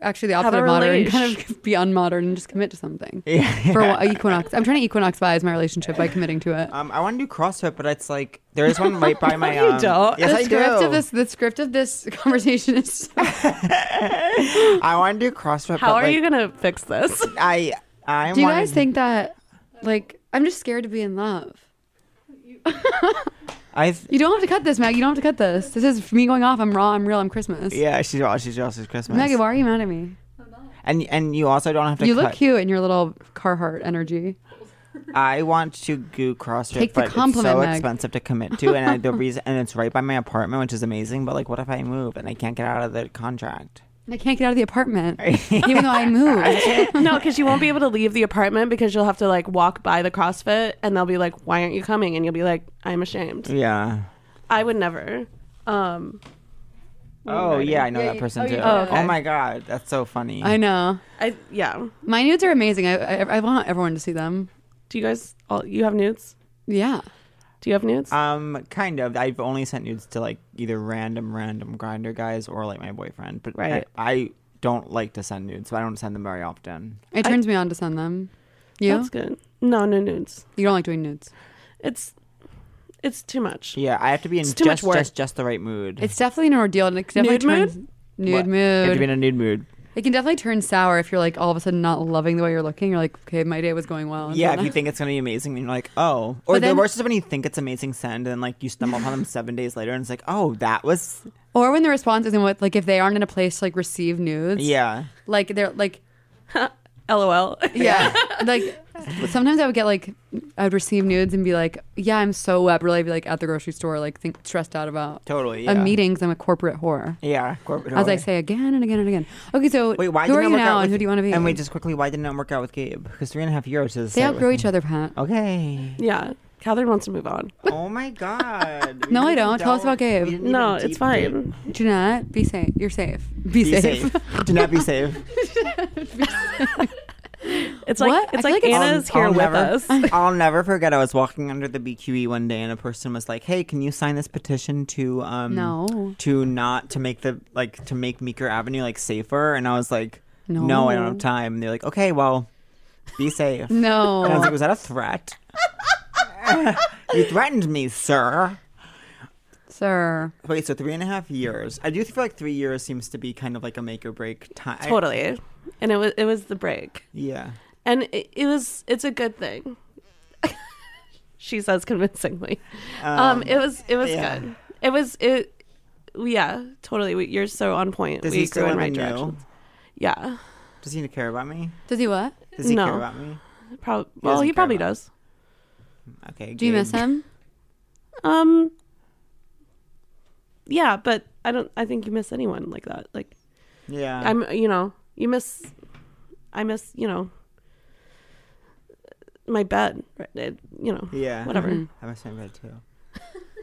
Speaker 4: actually the
Speaker 3: Have
Speaker 4: opposite
Speaker 3: a
Speaker 4: of modern,
Speaker 3: relish.
Speaker 4: kind of be unmodern and just commit to something.
Speaker 2: Yeah.
Speaker 4: For a equinox, I'm trying to equinox vise my relationship by committing to it.
Speaker 2: Um, I want to do CrossFit, but it's like there is one right by my.
Speaker 3: you
Speaker 2: um,
Speaker 3: don't.
Speaker 2: Yes,
Speaker 4: the
Speaker 2: I
Speaker 4: script
Speaker 2: do.
Speaker 4: of this, the script of this conversation is
Speaker 2: I want to do CrossFit.
Speaker 3: How
Speaker 2: but,
Speaker 3: are
Speaker 2: like,
Speaker 3: you gonna fix this?
Speaker 2: I. I
Speaker 4: Do you
Speaker 2: wanna-
Speaker 4: guys think that, like, I'm just scared to be in love?
Speaker 2: I. th-
Speaker 4: You don't have to cut this, Meg. You don't have to cut this. This is me going off. I'm raw. I'm real. I'm Christmas.
Speaker 2: Yeah, she's all she's all she's Christmas.
Speaker 4: Megan, why are you mad at me?
Speaker 2: and and you also don't have to.
Speaker 4: You
Speaker 2: cut.
Speaker 4: look cute in your little Carhartt energy.
Speaker 2: I want to do CrossFit,
Speaker 4: Take the
Speaker 2: but
Speaker 4: compliment,
Speaker 2: it's so
Speaker 4: Meg.
Speaker 2: expensive to commit to, and I, the reason and it's right by my apartment, which is amazing. But like, what if I move and I can't get out of the contract?
Speaker 4: And I can't get out of the apartment, even though I moved.
Speaker 3: no, because you won't be able to leave the apartment because you'll have to like walk by the CrossFit and they'll be like, "Why aren't you coming?" And you'll be like, "I'm ashamed."
Speaker 2: Yeah.
Speaker 3: I would never. Um,
Speaker 2: Oh yeah, I know
Speaker 4: Yeah,
Speaker 2: that
Speaker 4: you-
Speaker 2: person
Speaker 4: oh, you
Speaker 2: too.
Speaker 4: know
Speaker 2: Oh,
Speaker 4: that.
Speaker 2: my god, that's so funny.
Speaker 4: I know.
Speaker 3: I yeah.
Speaker 4: My nudes are amazing. I, I I want everyone to see them.
Speaker 3: Do you guys all you have nudes?
Speaker 4: Yeah.
Speaker 3: Do you have nudes?
Speaker 2: Um, kind of. I've only sent nudes to like either random, random grinder guys or like my boyfriend. But I,
Speaker 3: Right.
Speaker 2: I don't like to send nudes, so I don't send them very often.
Speaker 4: It turns me on to send them. You?
Speaker 3: That's good. No, no nudes.
Speaker 4: You don't like doing nudes.
Speaker 3: It's it's too much.
Speaker 2: Yeah, I have to be in
Speaker 3: It's
Speaker 2: just,
Speaker 3: too much work.
Speaker 2: just, just the right mood.
Speaker 4: It's definitely an ordeal. And it definitely
Speaker 3: Nude
Speaker 4: turns, Nude
Speaker 2: What? I have to
Speaker 4: mood.
Speaker 2: be in a nude mood.
Speaker 4: It can definitely turn sour if you're like all of a sudden not loving the way you're looking. You're like, okay, my day was going well.
Speaker 2: Yeah, if you think it's gonna be amazing, and you're like, oh.
Speaker 4: But
Speaker 2: Or the
Speaker 4: then-
Speaker 2: worst is when you think it's amazing, send, and then like you stumble upon them seven days later, and it's like, oh, that was
Speaker 4: Or when the response isn't what like if they aren't in a place to like receive nudes.
Speaker 2: yeah.
Speaker 4: Like they're like
Speaker 3: LOL.
Speaker 4: yeah. like sometimes I would get like I would receive nudes and be like, Yeah, I'm so wet, really be like at the grocery store, like think stressed out about
Speaker 2: Totally,
Speaker 4: a
Speaker 2: yeah.
Speaker 4: meeting 'cause I'm a corporate whore.
Speaker 2: Yeah, corporate
Speaker 4: As I
Speaker 2: hallway.
Speaker 4: say again and again and again. Okay, so
Speaker 2: Wait, why
Speaker 4: who
Speaker 2: didn't
Speaker 4: are
Speaker 2: it
Speaker 4: you
Speaker 2: work
Speaker 4: now
Speaker 2: out
Speaker 4: and
Speaker 2: with,
Speaker 4: who do you want to be?
Speaker 2: And wait, just quickly, why didn't it work out with Gabe? Because three and a half years is
Speaker 4: they outgrow each other, Pat.
Speaker 2: Oh. Okay.
Speaker 3: yeah. Catherine wants to move on.
Speaker 2: Oh my god. We
Speaker 4: No, I
Speaker 2: didn't
Speaker 4: don't. Tell us
Speaker 2: delve-
Speaker 4: about Gabe.
Speaker 2: we didn't even
Speaker 3: No,
Speaker 2: deep
Speaker 3: it's
Speaker 2: dive.
Speaker 3: fine.
Speaker 4: Jeanette, be safe. You're safe. Be,
Speaker 2: Be safe. Do not be safe.
Speaker 3: It's like
Speaker 4: What? I
Speaker 3: it's
Speaker 4: feel
Speaker 3: like,
Speaker 4: like it's-
Speaker 3: Anna's
Speaker 2: I'll-
Speaker 3: here
Speaker 2: I'll
Speaker 3: with
Speaker 2: never-
Speaker 3: us.
Speaker 2: I'll never forget. I was walking under the BQE one day, and a person was like, "Hey, can you sign this petition to um
Speaker 4: No.
Speaker 2: to not to make the like to make Meeker Avenue like safer?" And I was like, "No, I don't have time." And they're like, "Okay, well, be safe." and I was
Speaker 4: No.
Speaker 2: like, "Was that a threat?" you threatened me, sir.
Speaker 4: Sir.
Speaker 2: Wait, so three and a half years. I do feel like three years seems to be kind of like a make or break time.
Speaker 3: totally. And it was it was the break.
Speaker 2: Yeah.
Speaker 3: And it, it was it's a good thing. she says convincingly. Um, it was it was
Speaker 2: yeah.
Speaker 3: good. It was it yeah, totally. We, you're so on point.
Speaker 2: Does
Speaker 3: we
Speaker 2: he still
Speaker 3: go in
Speaker 2: live
Speaker 3: right
Speaker 2: in New?
Speaker 3: directions. Yeah.
Speaker 2: Does he care about me?
Speaker 4: Does he what?
Speaker 2: Does he
Speaker 3: No.
Speaker 2: care about me?
Speaker 3: Probably well,
Speaker 2: doesn't
Speaker 3: he
Speaker 2: care
Speaker 3: probably
Speaker 2: about-
Speaker 3: does.
Speaker 2: Okay.
Speaker 4: Do you miss him?
Speaker 3: Um Yeah, but I don't I think you miss anyone like that. Like
Speaker 2: Yeah.
Speaker 3: I'm you know, you miss I miss, you know, my bed. It, you know.
Speaker 2: Yeah. Mm-hmm.
Speaker 3: Whatever.
Speaker 2: I miss my bed too.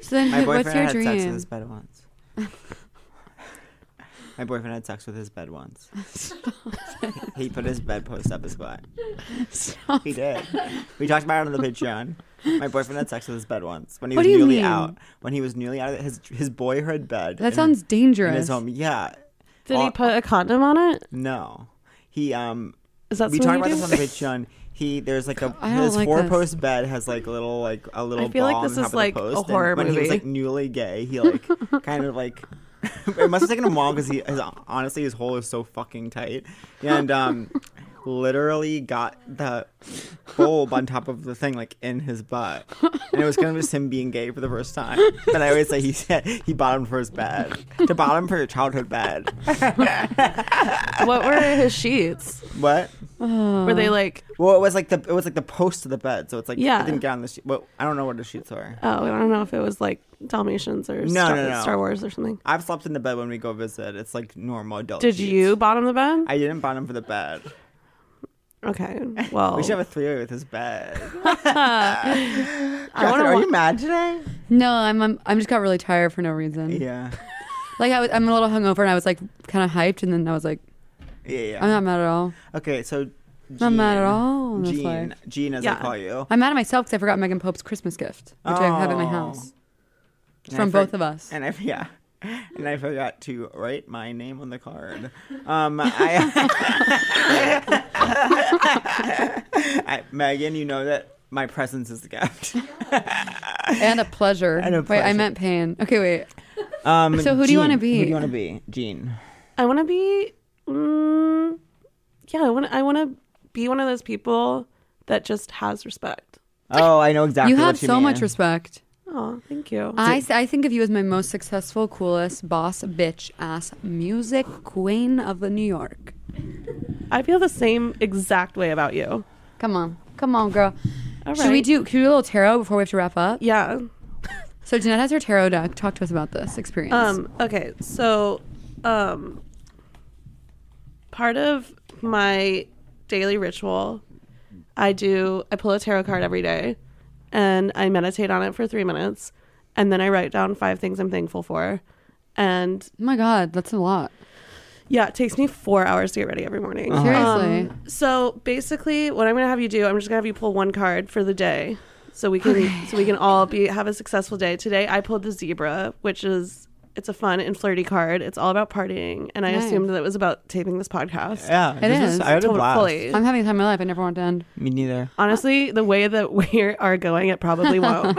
Speaker 4: So then
Speaker 2: My
Speaker 4: who-
Speaker 2: boyfriend
Speaker 4: what's
Speaker 2: had
Speaker 4: your
Speaker 2: sex with
Speaker 4: dream?
Speaker 2: his bed once. my boyfriend had sex with his bed once. he put his bedpost up his butt. He did. We talked about it on the Patreon. My boyfriend had sex with his bed once when he
Speaker 4: What
Speaker 2: was
Speaker 4: do you
Speaker 2: newly
Speaker 4: mean?
Speaker 2: out. When he was newly out of his his boyhood bed.
Speaker 4: That
Speaker 2: in-
Speaker 4: sounds
Speaker 2: in
Speaker 4: dangerous.
Speaker 2: his home. Yeah.
Speaker 3: Did
Speaker 2: All-
Speaker 3: he put a condom on it?
Speaker 2: No. He um
Speaker 3: Is that
Speaker 2: we
Speaker 3: something
Speaker 2: talked about
Speaker 3: you
Speaker 2: this on the Patreon. He there's like a
Speaker 4: I don't
Speaker 2: his
Speaker 4: like
Speaker 2: four
Speaker 4: this.
Speaker 2: post bed has like a little like a little.
Speaker 3: I feel like
Speaker 2: ball on
Speaker 3: this
Speaker 2: top
Speaker 3: is
Speaker 2: of the
Speaker 3: like a
Speaker 2: post, and
Speaker 3: horror
Speaker 2: When he was
Speaker 3: movie.
Speaker 2: like newly gay, he like kind of like. it must have taken him a while because he his, honestly his hole is so fucking tight, and um, literally got the bulb on top of the thing, like in his butt. And it was kind of just him being gay for the first time. But I always say he said he bottomed for his bed. To bottom for your childhood bed.
Speaker 3: What were his sheets?
Speaker 2: What?
Speaker 3: Were they like?
Speaker 2: Well, it was like the it was like the post of the bed, so it's like yeah.
Speaker 3: Yeah.
Speaker 2: it didn't get on the sheet. Well, I don't know what the sheets are.
Speaker 3: Oh, I don't know if it was like Dalmatians or Star,
Speaker 2: no, no.
Speaker 3: Star Wars or something.
Speaker 2: I've slept in the bed when we go visit. It's like normal adult.
Speaker 3: Did
Speaker 2: sheets.
Speaker 3: you bottom the bed?
Speaker 2: I didn't bottom for the bed.
Speaker 3: okay. Well,
Speaker 2: We should have
Speaker 4: Oh.
Speaker 2: a three-way with his bed.
Speaker 3: I
Speaker 2: Catherine,
Speaker 3: want
Speaker 2: are you
Speaker 3: to.
Speaker 2: mad today?
Speaker 4: No, I'm, I'm I'm just got really tired for no reason.
Speaker 2: Yeah,
Speaker 4: Like I was, I'm a little hungover and I was like kind of hyped and then I was like
Speaker 2: yeah, yeah.
Speaker 4: I'm not mad at all.
Speaker 2: okay, so
Speaker 4: Not mad at
Speaker 2: Jean-
Speaker 4: all in this
Speaker 2: Jean,
Speaker 4: life.
Speaker 2: Jean, as I
Speaker 3: Yeah.
Speaker 2: call you,
Speaker 4: I'm mad at myself because I forgot Megan Pope's Christmas gift, which I have at my
Speaker 2: Oh.
Speaker 4: house. It's
Speaker 2: And
Speaker 4: from
Speaker 2: I for-
Speaker 4: both of us.
Speaker 2: and I yeah, and I forgot to write my name on the card. Um, I, I Megan, you know that my presence is the gift.
Speaker 4: and a pleasure.
Speaker 2: And a
Speaker 4: Wait, I
Speaker 2: pleasure.
Speaker 4: meant pain. Okay, wait.
Speaker 2: Um,
Speaker 4: So who do you
Speaker 2: Jean,
Speaker 4: wanna be?
Speaker 2: Who do you want to be, Jean?
Speaker 3: I want to be. Mm, yeah, I want. I want to be one of those people that just has respect.
Speaker 2: Oh, I know exactly.
Speaker 4: you have
Speaker 2: what you
Speaker 4: so
Speaker 2: mean.
Speaker 4: much respect.
Speaker 3: Oh, thank you.
Speaker 4: I, s- I think of you as my most successful, coolest boss, bitch, ass, music queen of the New York.
Speaker 3: I feel the same exact way about you.
Speaker 4: Come on, come on, girl.
Speaker 3: All
Speaker 4: Should we
Speaker 3: right.
Speaker 4: do, can we do a little tarot before we have to wrap up?
Speaker 3: Yeah.
Speaker 4: So Jeanette has her tarot deck. Talk to us about this experience.
Speaker 3: Um, okay, so um, part of my daily ritual, I do I pull a tarot card every day, and I meditate on it for three minutes, and then I write down five things I'm thankful for, and
Speaker 4: oh my God, that's a lot.
Speaker 3: yeah, it takes me four hours to get ready every morning.
Speaker 4: Uh-huh. Seriously.
Speaker 3: Um, so basically, what I'm gonna have you do, I'm just gonna have you pull one card for the day, so we can so we can all be have a successful day. Today, I pulled the zebra, which is it's a fun and flirty card. It's all about partying, and I
Speaker 4: Nice.
Speaker 3: assumed that it was about taping this podcast.
Speaker 2: Yeah, this
Speaker 4: is.
Speaker 2: I had a
Speaker 3: Totally-
Speaker 2: blast.
Speaker 3: fully.
Speaker 4: I'm having the time of my life. I never want to end.
Speaker 2: Me neither.
Speaker 3: Honestly, the way that we are going, it probably won't.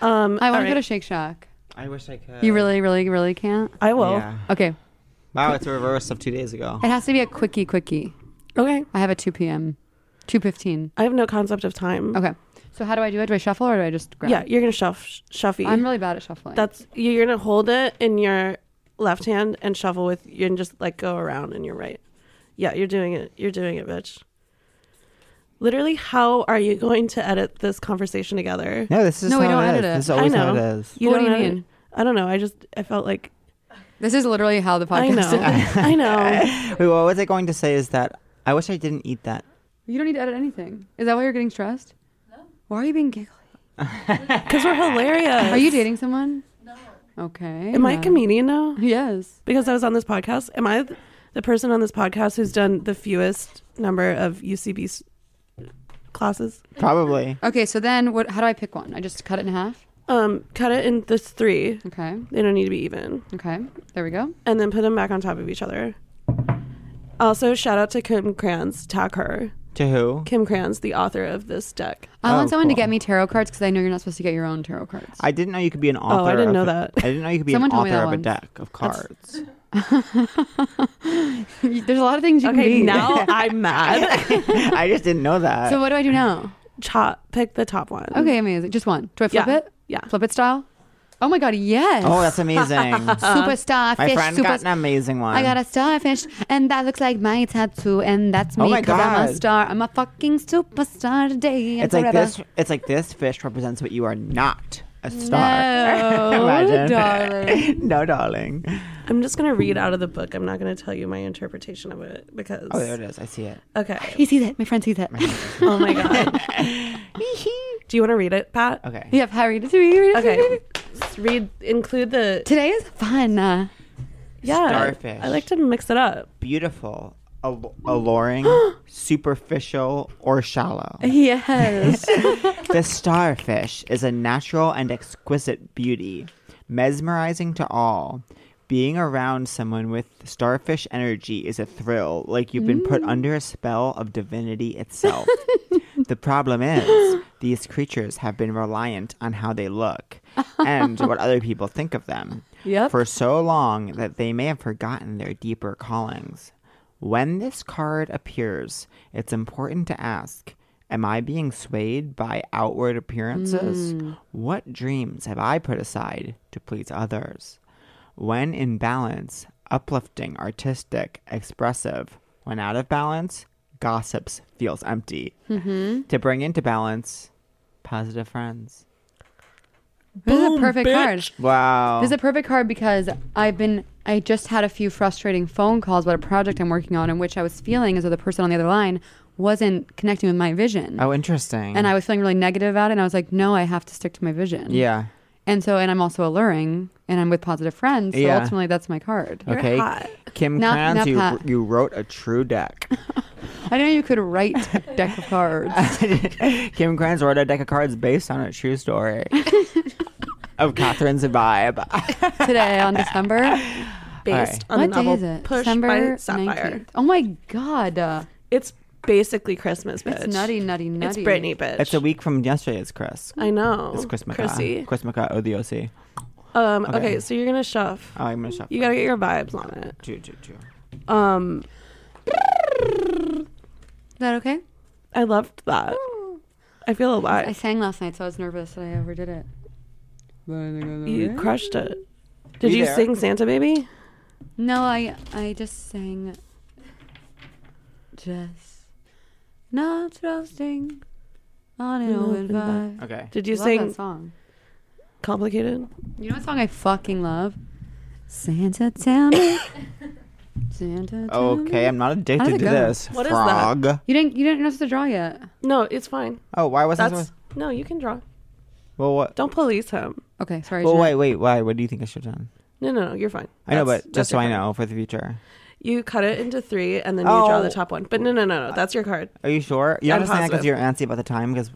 Speaker 3: um,
Speaker 4: I
Speaker 3: all
Speaker 4: want to
Speaker 3: right.
Speaker 4: go to Shake Shack.
Speaker 2: I wish I could.
Speaker 4: You really, really, really can't?
Speaker 3: I will.
Speaker 2: Yeah.
Speaker 4: Okay.
Speaker 2: Wow, it's a reverse of two days ago.
Speaker 4: It has to be a quickie, quickie.
Speaker 3: Okay.
Speaker 4: I have a 2 p.m., 2.15.
Speaker 3: I have no concept of time.
Speaker 4: Okay. So how do I do it? Do I shuffle or do I just grab?
Speaker 3: Yeah, you're gonna shuff shuffy.
Speaker 4: I'm really bad at shuffling.
Speaker 3: That's you're gonna hold it in your left hand and shuffle with you and just like go around in your right. Yeah, you're doing it. You're doing it, bitch. Literally, how are you going to edit this conversation together?
Speaker 2: No, this is
Speaker 4: No, we
Speaker 2: how
Speaker 4: don't
Speaker 2: it is.
Speaker 4: edit it.
Speaker 2: This is always
Speaker 3: I know.
Speaker 2: how it is.
Speaker 4: What do
Speaker 3: don't
Speaker 4: you
Speaker 3: edit-
Speaker 4: mean?
Speaker 3: I don't know. I just I felt like
Speaker 4: This is literally how the
Speaker 3: I
Speaker 4: podcast
Speaker 3: know. I know.
Speaker 2: Wait, what was I going to say is that I wish I didn't eat that.
Speaker 4: You don't need to edit anything. Is that why you're getting stressed? No. Why are you being giggly?
Speaker 3: Because we're hilarious.
Speaker 4: Are you dating someone? No. Okay.
Speaker 3: Am I a comedian now?
Speaker 4: Yes.
Speaker 3: Because I was on this podcast. Am I th- the person on this podcast who's done the fewest number of UCB s- classes?
Speaker 2: Probably.
Speaker 4: Okay, so then what how do I pick one? I just cut it in half?
Speaker 3: Um, cut it in this three.
Speaker 4: Okay.
Speaker 3: They don't need to be even.
Speaker 4: Okay. There we go.
Speaker 3: and then put them back on top of each other. Also, shout out to Kim Kranz, tag her.
Speaker 2: To who?
Speaker 3: Kim Kranz, the author of this deck.
Speaker 4: I want
Speaker 2: Oh,
Speaker 4: someone to
Speaker 2: cool.
Speaker 4: get me tarot cards because I know you're not supposed to get your own tarot cards.
Speaker 2: I didn't know you could be an
Speaker 4: Oh,
Speaker 2: author.
Speaker 3: I didn't
Speaker 2: of
Speaker 3: know
Speaker 2: a-
Speaker 3: that.
Speaker 2: I didn't know you could be
Speaker 4: Someone
Speaker 2: an
Speaker 4: told me
Speaker 2: author
Speaker 4: that
Speaker 2: of a
Speaker 4: once.
Speaker 2: deck of cards.
Speaker 4: There's a lot of things you can
Speaker 3: Okay,
Speaker 4: be.
Speaker 3: now I'm mad.
Speaker 2: I just didn't know that.
Speaker 4: So what do I do now?
Speaker 3: Chop, pick the top one.
Speaker 4: Okay, amazing. Just one. Do I flip
Speaker 3: Yeah.
Speaker 4: it?
Speaker 3: Yeah.
Speaker 4: Flip it style? Oh my god, yes.
Speaker 2: oh, that's amazing.
Speaker 3: Uh,
Speaker 4: superstar
Speaker 2: My
Speaker 4: fish.
Speaker 2: friend
Speaker 4: super
Speaker 2: got an amazing one.
Speaker 4: I got a starfish, and that looks like my tattoo, and that's
Speaker 2: Oh
Speaker 4: me
Speaker 2: my
Speaker 4: because I'm a
Speaker 2: God.
Speaker 4: star. I'm a fucking superstar today and
Speaker 2: It's like
Speaker 4: forever.
Speaker 2: this. It's like this fish represents what you are not. A star.
Speaker 4: No,
Speaker 2: Imagine.
Speaker 4: Oh, darling.
Speaker 2: no, darling.
Speaker 3: I'm just going to read out of the book. I'm not going to tell you my interpretation of it because.
Speaker 2: Oh, there it is. I see it.
Speaker 3: Okay.
Speaker 4: He sees it. My friend sees it.
Speaker 3: Oh my God. Do you want to read it, Pat?
Speaker 2: Okay.
Speaker 4: yep, Harry. Did you read it?
Speaker 3: Okay. Just read, include the.
Speaker 4: Today is fun. Uh,
Speaker 3: Yeah.
Speaker 2: Starfish.
Speaker 3: I like to mix it up.
Speaker 2: Beautiful, al- alluring, superficial, or shallow.
Speaker 4: yes.
Speaker 2: The starfish is a natural and exquisite beauty, mesmerizing to all. Being around someone with starfish energy is a thrill, like you've been put under a spell of divinity itself. the problem is, these creatures have been reliant on how they look and what other people think of them
Speaker 4: Yep.
Speaker 2: for so long that they may have forgotten their deeper callings. When this card appears, it's important to ask Am I being swayed by outward appearances? What dreams have I put aside to please others? When in balance, uplifting, artistic, expressive. When out of balance, gossips, feels empty. To bring into balance, positive friends.
Speaker 4: This is a perfect card.
Speaker 2: Wow.
Speaker 4: This is a perfect card because I've been I just had a few frustrating phone calls about a project I'm working on in which I was feeling as though the person on the other line wasn't connecting with my vision.
Speaker 2: oh, interesting.
Speaker 4: And I was feeling really negative about it and I was like, "No, I have to stick to my vision."
Speaker 2: yeah.
Speaker 4: And so and I'm also alluring and I'm with positive friends, so
Speaker 2: Yeah.
Speaker 4: ultimately that's my card.
Speaker 3: You're
Speaker 2: okay.
Speaker 3: hot.
Speaker 2: Kim
Speaker 4: Not-
Speaker 2: Clowns,
Speaker 4: not
Speaker 2: you,
Speaker 4: hot.
Speaker 2: you wrote a true deck.
Speaker 4: I know you could write a deck of cards.
Speaker 2: Kim Clowns wrote a deck of cards based on a true story of Catherine's vibe.
Speaker 4: today on December.
Speaker 3: based on
Speaker 4: what
Speaker 3: the
Speaker 4: day
Speaker 3: novel
Speaker 4: is it?
Speaker 3: Push
Speaker 4: December
Speaker 3: by Sapphire.
Speaker 4: 19th. Oh my god, uh,
Speaker 3: It's basically Christmas, bitch.
Speaker 4: it's nutty, nutty,
Speaker 3: It's
Speaker 4: nutty.
Speaker 3: Britney, bitch.
Speaker 2: it's a week from yesterday, it's Chris.
Speaker 3: I know.
Speaker 2: It's Chris
Speaker 3: Chrissy.
Speaker 2: McCa. Chris McCa, oh, the OC.
Speaker 3: Um,
Speaker 2: Okay.
Speaker 3: okay. so you're gonna shove.
Speaker 2: Oh, I'm going to shuffle.
Speaker 3: You gotta get your vibes on it.
Speaker 2: Two, two, two.
Speaker 3: Um,
Speaker 4: Is that okay?
Speaker 3: I loved that. I feel
Speaker 4: I
Speaker 3: alive.
Speaker 4: sang last night, so I was nervous that I overdid it. But I think I did
Speaker 3: You
Speaker 4: it.
Speaker 3: crushed it. Did
Speaker 2: You
Speaker 3: you
Speaker 2: there?
Speaker 3: sing Santa Baby?
Speaker 4: No, I I just sang. Just not roasting on an open fire.
Speaker 2: Okay.
Speaker 3: Did you
Speaker 4: Love
Speaker 3: sing
Speaker 4: that song.
Speaker 3: Complicated?
Speaker 4: You know what song I fucking love? Santa tell me. Santa tell me.
Speaker 2: Okay, I'm not addicted
Speaker 4: it
Speaker 2: to
Speaker 4: go?
Speaker 2: this.
Speaker 3: What is that?
Speaker 2: Frog.
Speaker 4: You didn't you didn't you're not supposed to draw yet.
Speaker 3: No, it's fine.
Speaker 2: Oh, why was that?
Speaker 3: That's no, you can draw.
Speaker 2: Well, what?
Speaker 3: Don't police him.
Speaker 4: Okay, sorry.
Speaker 2: Well,
Speaker 4: Jeanette.
Speaker 2: wait, wait, why? What do you think I should have done?
Speaker 3: No, no, no, you're fine.
Speaker 2: I know,
Speaker 3: That's-
Speaker 2: but
Speaker 3: that's
Speaker 2: just so I
Speaker 3: your card.
Speaker 2: know for the future.
Speaker 3: you cut it into three and then you draw
Speaker 2: Oh.
Speaker 3: the top one. But no, no, no, no, that's your card.
Speaker 2: Are you sure? You're
Speaker 3: I'm
Speaker 2: not saying that because
Speaker 3: positive.
Speaker 2: you're antsy about the time? Because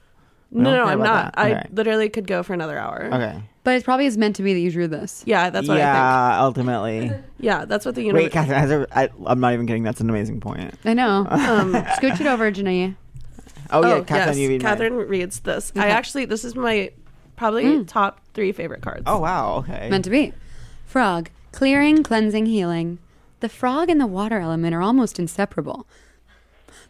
Speaker 2: We
Speaker 3: No,
Speaker 2: don't
Speaker 3: no,
Speaker 2: care
Speaker 3: I'm
Speaker 2: about
Speaker 3: not.
Speaker 2: that.
Speaker 3: I
Speaker 2: Alright.
Speaker 3: literally could go for another hour.
Speaker 2: okay,
Speaker 4: But it probably is meant to be that you drew this.
Speaker 3: Yeah, that's what I
Speaker 2: yeah, ultimately.
Speaker 3: think. Yeah, that's what the
Speaker 2: Wait,
Speaker 3: universe.
Speaker 2: Catherine, I there, I, I'm not even kidding. That's an amazing point.
Speaker 4: I know.
Speaker 3: um,
Speaker 4: Scooch it over, Janae.
Speaker 2: Oh,
Speaker 3: oh,
Speaker 2: yeah, Catherine,
Speaker 3: yes,
Speaker 2: you read mine.
Speaker 3: Catherine reads this. I
Speaker 4: Okay.
Speaker 3: actually, this is my probably
Speaker 4: Mm.
Speaker 3: top three favorite cards.
Speaker 2: Oh wow, okay.
Speaker 4: Meant to be. Frog. Clearing, cleansing, healing. The frog and the water element are almost inseparable.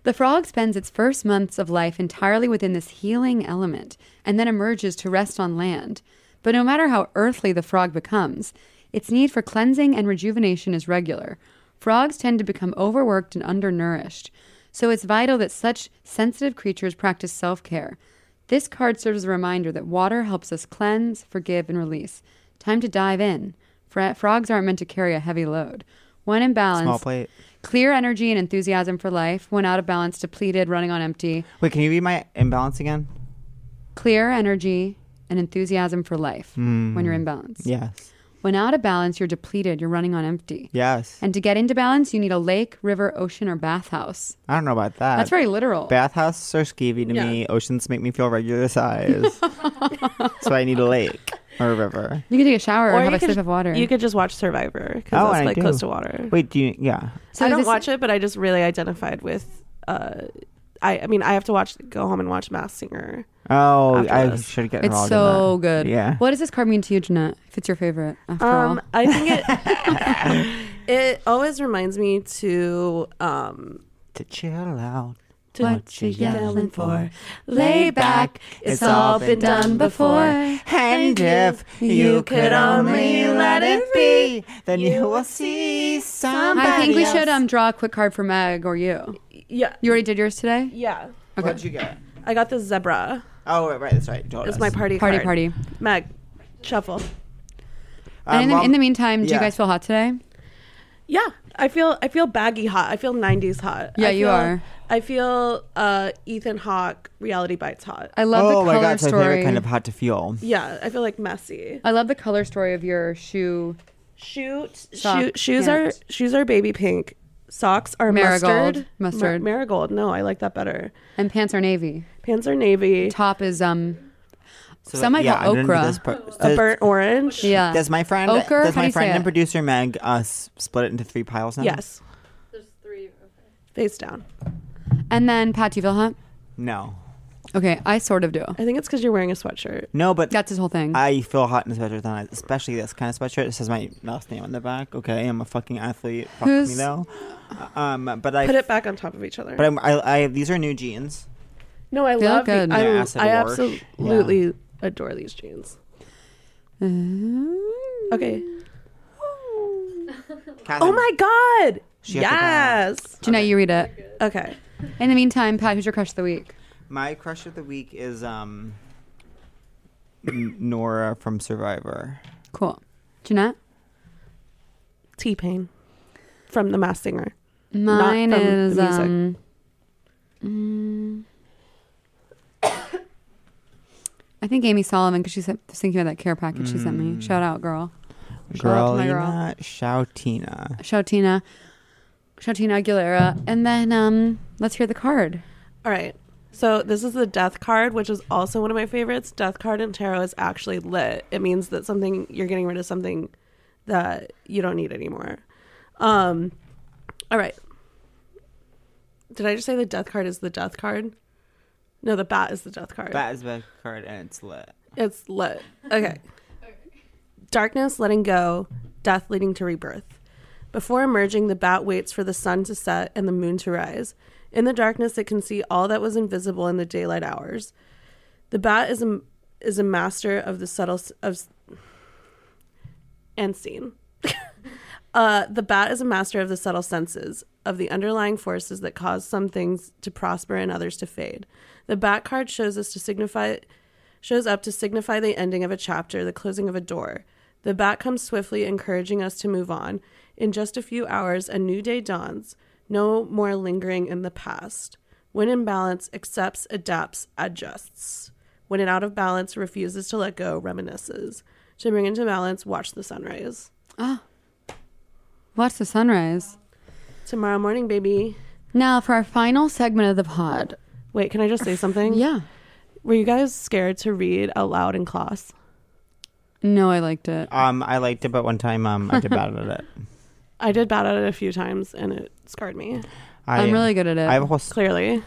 Speaker 4: The frog spends its first months of life entirely within this healing element and then emerges to rest on land. But no matter how earthly the frog becomes, its need for cleansing and rejuvenation is regular. Frogs tend to become overworked and undernourished, so it's vital that such sensitive creatures practice self care. This card serves as a reminder that water helps us cleanse, forgive, and release. Time to dive in. Fro- Frogs aren't meant to carry a heavy load. When in balance,
Speaker 2: Small plate.
Speaker 4: Clear energy and enthusiasm for life. When out of balance, depleted, running on empty.
Speaker 2: Wait, can you read my imbalance again?
Speaker 4: Clear energy and enthusiasm for life when you're in
Speaker 2: Hmm.
Speaker 4: balance.
Speaker 2: Yes.
Speaker 4: When out of balance, you're depleted, you're running on empty.
Speaker 2: Yes.
Speaker 4: And to get into balance, you need a lake, river, ocean, or bathhouse.
Speaker 2: I don't know about that.
Speaker 4: That's very literal.
Speaker 2: Bathhouses are skeevy to me. Oceans make me feel regular size. so I need a lake or a river.
Speaker 4: you can take a shower or,
Speaker 3: you
Speaker 4: have a
Speaker 3: could-
Speaker 4: sip of water.
Speaker 3: You could just watch Survivor because
Speaker 2: Oh,
Speaker 3: that's
Speaker 2: and I
Speaker 3: like
Speaker 2: do.
Speaker 3: close to water.
Speaker 2: Wait, do you? Yeah.
Speaker 4: so
Speaker 3: I
Speaker 4: is
Speaker 3: don't
Speaker 4: this-
Speaker 3: watch it, but I just really identified with. Uh, I, I mean, I have to watch. Go home and watch Mass Singer.
Speaker 2: Oh,
Speaker 3: After
Speaker 2: I
Speaker 3: this.
Speaker 2: should get
Speaker 4: It's
Speaker 2: involved.
Speaker 4: so
Speaker 2: in that.
Speaker 4: good.
Speaker 2: Yeah.
Speaker 4: What does this card mean to you, Jeanette? If it's your favorite, after
Speaker 3: Um,
Speaker 4: all.
Speaker 3: I think it it always reminds me to um
Speaker 2: To chill out.
Speaker 3: to
Speaker 4: What you yelling for?
Speaker 3: lay back. It's all been done before.
Speaker 2: And if you could only let it be, then you will see somebody.
Speaker 4: I think we should
Speaker 2: else.
Speaker 4: um draw a quick card for Meg or you.
Speaker 3: Yeah,
Speaker 4: You already did yours today.
Speaker 3: yeah.
Speaker 2: What'd you get?
Speaker 3: I got the zebra.
Speaker 2: Oh, right, right that's right. Told
Speaker 3: It's
Speaker 2: us.
Speaker 3: my party
Speaker 4: Party,
Speaker 3: card.
Speaker 4: party.
Speaker 3: Meg, shuffle.
Speaker 4: And in, the,
Speaker 2: Um,
Speaker 4: in the meantime, do
Speaker 2: yeah.
Speaker 4: you guys feel hot today?
Speaker 3: Yeah, I feel I feel baggy hot. I feel '90s hot.
Speaker 4: Yeah,
Speaker 3: I
Speaker 4: you
Speaker 3: feel-
Speaker 4: are.
Speaker 3: I feel uh, Ethan Hawke reality bites hot.
Speaker 4: I love
Speaker 2: oh
Speaker 4: the
Speaker 2: my
Speaker 4: color
Speaker 2: god, it's my
Speaker 4: story.
Speaker 2: favorite kind of hot to feel.
Speaker 3: yeah, I feel like messy.
Speaker 4: I love the color story of your shoe.
Speaker 3: Shoot,
Speaker 4: Sock,
Speaker 3: shoe, shoes
Speaker 4: pant.
Speaker 3: are shoes are baby pink. Socks are
Speaker 4: Marigold,
Speaker 3: mustard.
Speaker 4: mustard.
Speaker 3: Mar- marigold. No, I like that better.
Speaker 4: And pants are navy.
Speaker 3: Pants are navy.
Speaker 4: Top is um
Speaker 2: So,
Speaker 4: Some might
Speaker 2: yeah,
Speaker 4: call
Speaker 2: I'm gonna do
Speaker 4: okra.
Speaker 2: This part.
Speaker 3: A burnt orange.
Speaker 4: yeah.
Speaker 2: Does my friend,
Speaker 4: Ochre?
Speaker 2: does
Speaker 4: How do
Speaker 2: my
Speaker 4: you
Speaker 2: friend
Speaker 4: say
Speaker 2: and
Speaker 4: it?
Speaker 2: producer Meg uh, s- split it into three piles now?
Speaker 3: Yes. There's three. Face down.
Speaker 4: And then Pat, do you feel hot?
Speaker 2: No.
Speaker 4: Okay, I sort of do.
Speaker 3: I think it's because you're wearing a sweatshirt.
Speaker 2: No, but
Speaker 4: That's his whole thing.
Speaker 2: I feel hot in a sweatshirt, than I, especially this kind of sweatshirt. It says my last name on the back. Okay, I'm a fucking athlete. Fuck me
Speaker 4: Who's-
Speaker 2: though. Um, but I,
Speaker 3: Put it back on top of each other.
Speaker 2: but I'm, I, I, these are new jeans.
Speaker 3: no, I
Speaker 4: They
Speaker 3: love
Speaker 4: look
Speaker 3: the,
Speaker 4: good.
Speaker 3: I,
Speaker 2: Yeah, acid
Speaker 3: I
Speaker 2: wash.
Speaker 3: absolutely adore these jeans.
Speaker 4: Mm.
Speaker 3: Okay.
Speaker 2: Catherine,
Speaker 3: Oh my god!
Speaker 2: She has to pass.
Speaker 3: yes.
Speaker 4: Jeanette, you read it.
Speaker 3: Okay.
Speaker 4: In the meantime, Pat, who's your crush of the week?
Speaker 2: My crush of the week is um, N- Nora from Survivor.
Speaker 4: Cool. Jeanette?
Speaker 3: T Pain from The Masked Singer.
Speaker 4: Mine
Speaker 3: from the
Speaker 4: is
Speaker 3: music.
Speaker 4: um. mm, I think Amy Solomon because she sent, was thinking about that care package she sent me. Shout out, girl. Shout out to my girl.
Speaker 2: Girlina Shoutina.
Speaker 4: Shoutina, Shoutina Aguilera, and then um, let's hear the card.
Speaker 3: All right. So this is the death card, which is also one of my favorites. Death card in tarot is actually lit. It means that something you're getting rid of something that you don't need anymore. Um all right. Did I just say the death card is the death card? No, the bat is the death card.
Speaker 2: That is the card, and it's lit.
Speaker 3: It's lit. Okay. Darkness letting go, death leading to rebirth. Before emerging, the bat waits for the sun to set and the moon to rise. In the darkness, it can see all that was invisible in the daylight hours. The bat is a, is a master of the subtle s- of s- and seen. uh, the bat is a master of the subtle senses of the underlying forces that cause some things to prosper and others to fade. The bat card shows us to signify shows up to signify the ending of a chapter, the closing of a door. The bat comes swiftly, encouraging us to move on. In just a few hours, a new day dawns, no more lingering in the past. When in balance, accepts, adapts, adjusts. When it out of balance, refuses to let go, reminisces. To bring into balance, watch the sunrise.
Speaker 4: Watch the sunrise.
Speaker 3: Tomorrow morning, baby.
Speaker 4: Now for our final segment of the pod.
Speaker 3: Wait, can I just say something?
Speaker 4: Yeah.
Speaker 3: Were you guys scared to read out loud in class?
Speaker 4: No, I liked it.
Speaker 2: Um, I liked it, but one time um, I did bad at it.
Speaker 3: I did bad at it a few times and it scarred me,
Speaker 2: I,
Speaker 4: I'm really good at it.
Speaker 2: I have a whole s-
Speaker 3: clearly.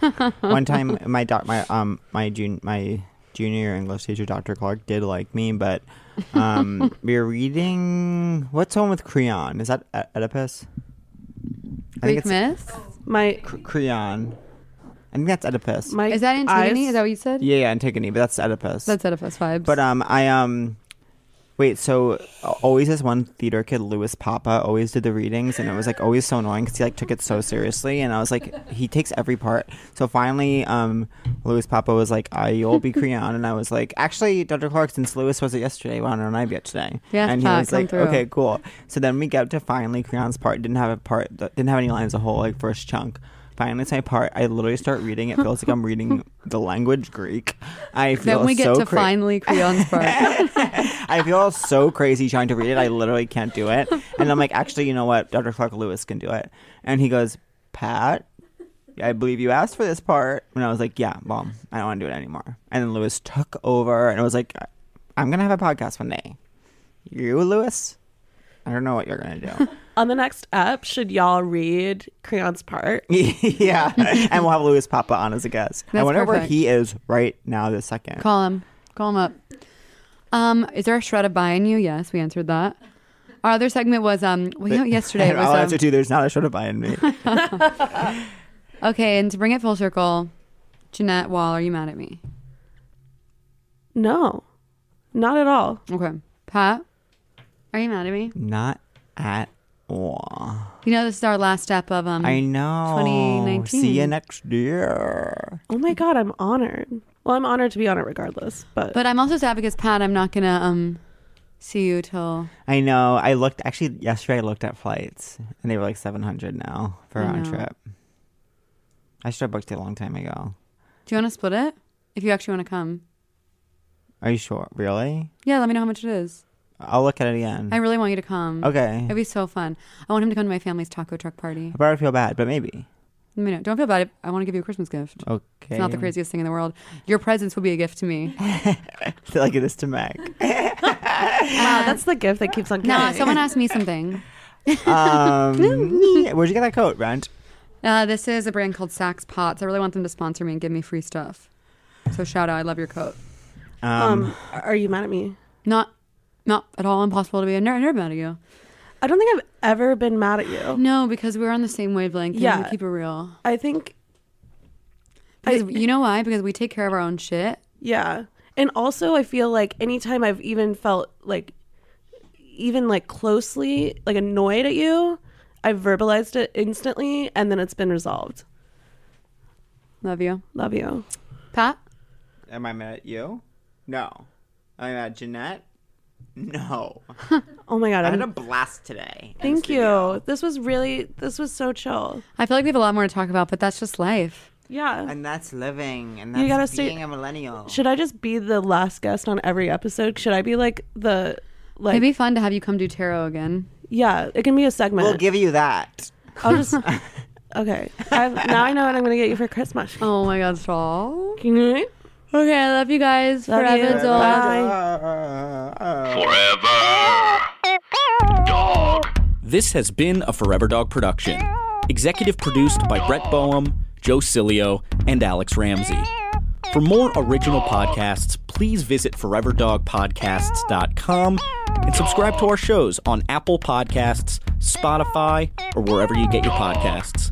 Speaker 2: one time my doc my um my jun my junior English teacher Dr. Clark did like me, but um we were reading what's on with Creon? Is that E- Oedipus? I think
Speaker 4: Greek
Speaker 2: it's
Speaker 4: myth.
Speaker 3: My
Speaker 2: C- Creon. I think that's Oedipus.
Speaker 3: my
Speaker 4: Is that Antigone?
Speaker 3: eyes-
Speaker 4: Is that what you said?
Speaker 2: yeah, yeah, Antigone, but that's Oedipus.
Speaker 4: That's Oedipus vibes.
Speaker 2: But um, I um, wait. So uh, always this one theater kid, Louis Papa, always did the readings, and it was like always so annoying because he like took it so seriously, and I was like, he takes every part. So finally, um, Louis Papa was like, "I'll be Creon," and I was like, "Actually, Dr. Clark, since Louis was it yesterday, why don't I be it today?"
Speaker 4: Yes,
Speaker 2: and he
Speaker 4: Pa,
Speaker 2: was
Speaker 4: come
Speaker 2: like,
Speaker 4: through.
Speaker 2: "Okay, cool." So then we got to finally Creon's part. Didn't have a part. Didn't have any lines. The whole like first chunk. Finally, it's my part. I literally start reading. It feels like I'm reading the language Greek. I feel
Speaker 4: then we get
Speaker 2: so
Speaker 4: to
Speaker 2: cra-
Speaker 4: finally Creon's part.
Speaker 2: I feel so crazy trying to read it. I literally can't do it. And I'm like, actually, you know what? Dr. Clark Lewis can do it. And he goes, Pat, I believe you asked for this part. And I was like, yeah, mom, I don't want to do it anymore. And then Lewis took over and I was like, I'm going to have a podcast one day. You, Lewis? I don't know what you're going to
Speaker 3: on the next app, should y'all read Creon's part?
Speaker 2: do. yeah. And we'll have Lewis Papa on as a guest. I
Speaker 4: That's
Speaker 2: wonder where
Speaker 4: perfect.
Speaker 2: he is right now this second.
Speaker 4: Call him. Call him up. Um, is there a shred of buy in you? Yes, we answered that. Our other segment was um, well, you know, yesterday it
Speaker 2: and
Speaker 4: was
Speaker 2: I'll
Speaker 4: um,
Speaker 2: answer too. There's not a show to buy in me.
Speaker 4: okay. And to bring it full circle, Jeanette Wall, are you mad at me?
Speaker 3: No, not at all.
Speaker 4: Okay, Pat, are you mad at me?
Speaker 2: not at all.
Speaker 4: You know, this is our last step of um.
Speaker 2: I know.
Speaker 4: 2019.
Speaker 2: See you next year.
Speaker 3: Oh my God, I'm honored. Well, I'm honored to be on it regardless, but,
Speaker 4: But I'm also sad because Pat, I'm not gonna um see you till
Speaker 2: I know. I looked actually yesterday. I looked at flights, and they were like seven hundred now for a
Speaker 4: I
Speaker 2: round
Speaker 4: know.
Speaker 2: trip. I should have booked it a long time ago.
Speaker 4: Do you want to split it? If you actually want to come.
Speaker 2: Are you sure? Really?
Speaker 4: Yeah, let me know how much it is.
Speaker 2: I'll look at it again.
Speaker 4: I really want you to come.
Speaker 2: okay.
Speaker 4: It'd be so fun. I want him to come to my family's taco truck party.
Speaker 2: I probably feel bad, but maybe.
Speaker 4: Let me know. Don't feel bad. I want to give you a Christmas gift.
Speaker 2: Okay.
Speaker 4: It's not the craziest thing in the world. Your presence would be a gift to me.
Speaker 2: I feel like it is to Mac.
Speaker 4: uh,
Speaker 3: wow, Ah, that's the gift that keeps on giving.
Speaker 4: Now, someone asked me something.
Speaker 2: Um, yeah, where'd you get that coat, Brent?
Speaker 4: Uh, this is a brand called Saks Pots. I really want them to sponsor me and give me free stuff. So shout out, I love your coat.
Speaker 2: Um,
Speaker 3: Um, are you mad at me?
Speaker 4: Not, not at all impossible to be a nerd. nerd about you.
Speaker 3: I don't think I've ever been mad at you.
Speaker 4: No, because we're on the same wavelength. Yeah,
Speaker 3: Yeah.
Speaker 4: keep it real.
Speaker 3: I think,
Speaker 4: Because you know why? Because we take care of our own shit.
Speaker 3: yeah. And also, I feel like anytime I've even felt like, even like closely, like annoyed at you, I've verbalized it instantly and then it's been resolved.
Speaker 4: Love you,
Speaker 3: Love you.
Speaker 4: Pat.
Speaker 2: am I mad at you? No. Am I mad at Jeanette? No.
Speaker 3: Oh my God.
Speaker 2: I had
Speaker 3: I'm,
Speaker 2: a blast today. in
Speaker 3: thank
Speaker 2: the studio.
Speaker 3: you. This was really, this was so chill.
Speaker 4: I feel like we have a lot more to talk about, but that's just life.
Speaker 3: Yeah.
Speaker 2: And that's living. And that's
Speaker 3: You gotta stay-
Speaker 2: being a millennial.
Speaker 3: Should I just be the last guest on every episode? Should I be like the like
Speaker 4: It'd be fun to have you come do tarot again.
Speaker 3: yeah, it can be a segment.
Speaker 2: We'll give you that.
Speaker 3: I'll just Okay. I've, now I know what I'm going to get you for Christmas.
Speaker 4: Oh my God, so
Speaker 3: Okay.
Speaker 4: Okay, I love you guys.
Speaker 3: Love
Speaker 4: Forever
Speaker 3: you.
Speaker 4: it's all-
Speaker 3: Bye.
Speaker 5: Forever. Dog.
Speaker 6: This has been a Forever Dog production. Executive produced by Brett Boehm, Joe Cilio, and Alex Ramsey. For more original podcasts, please visit foreverdogpodcasts.com and subscribe to our shows on Apple Podcasts, Spotify, or wherever you get your podcasts.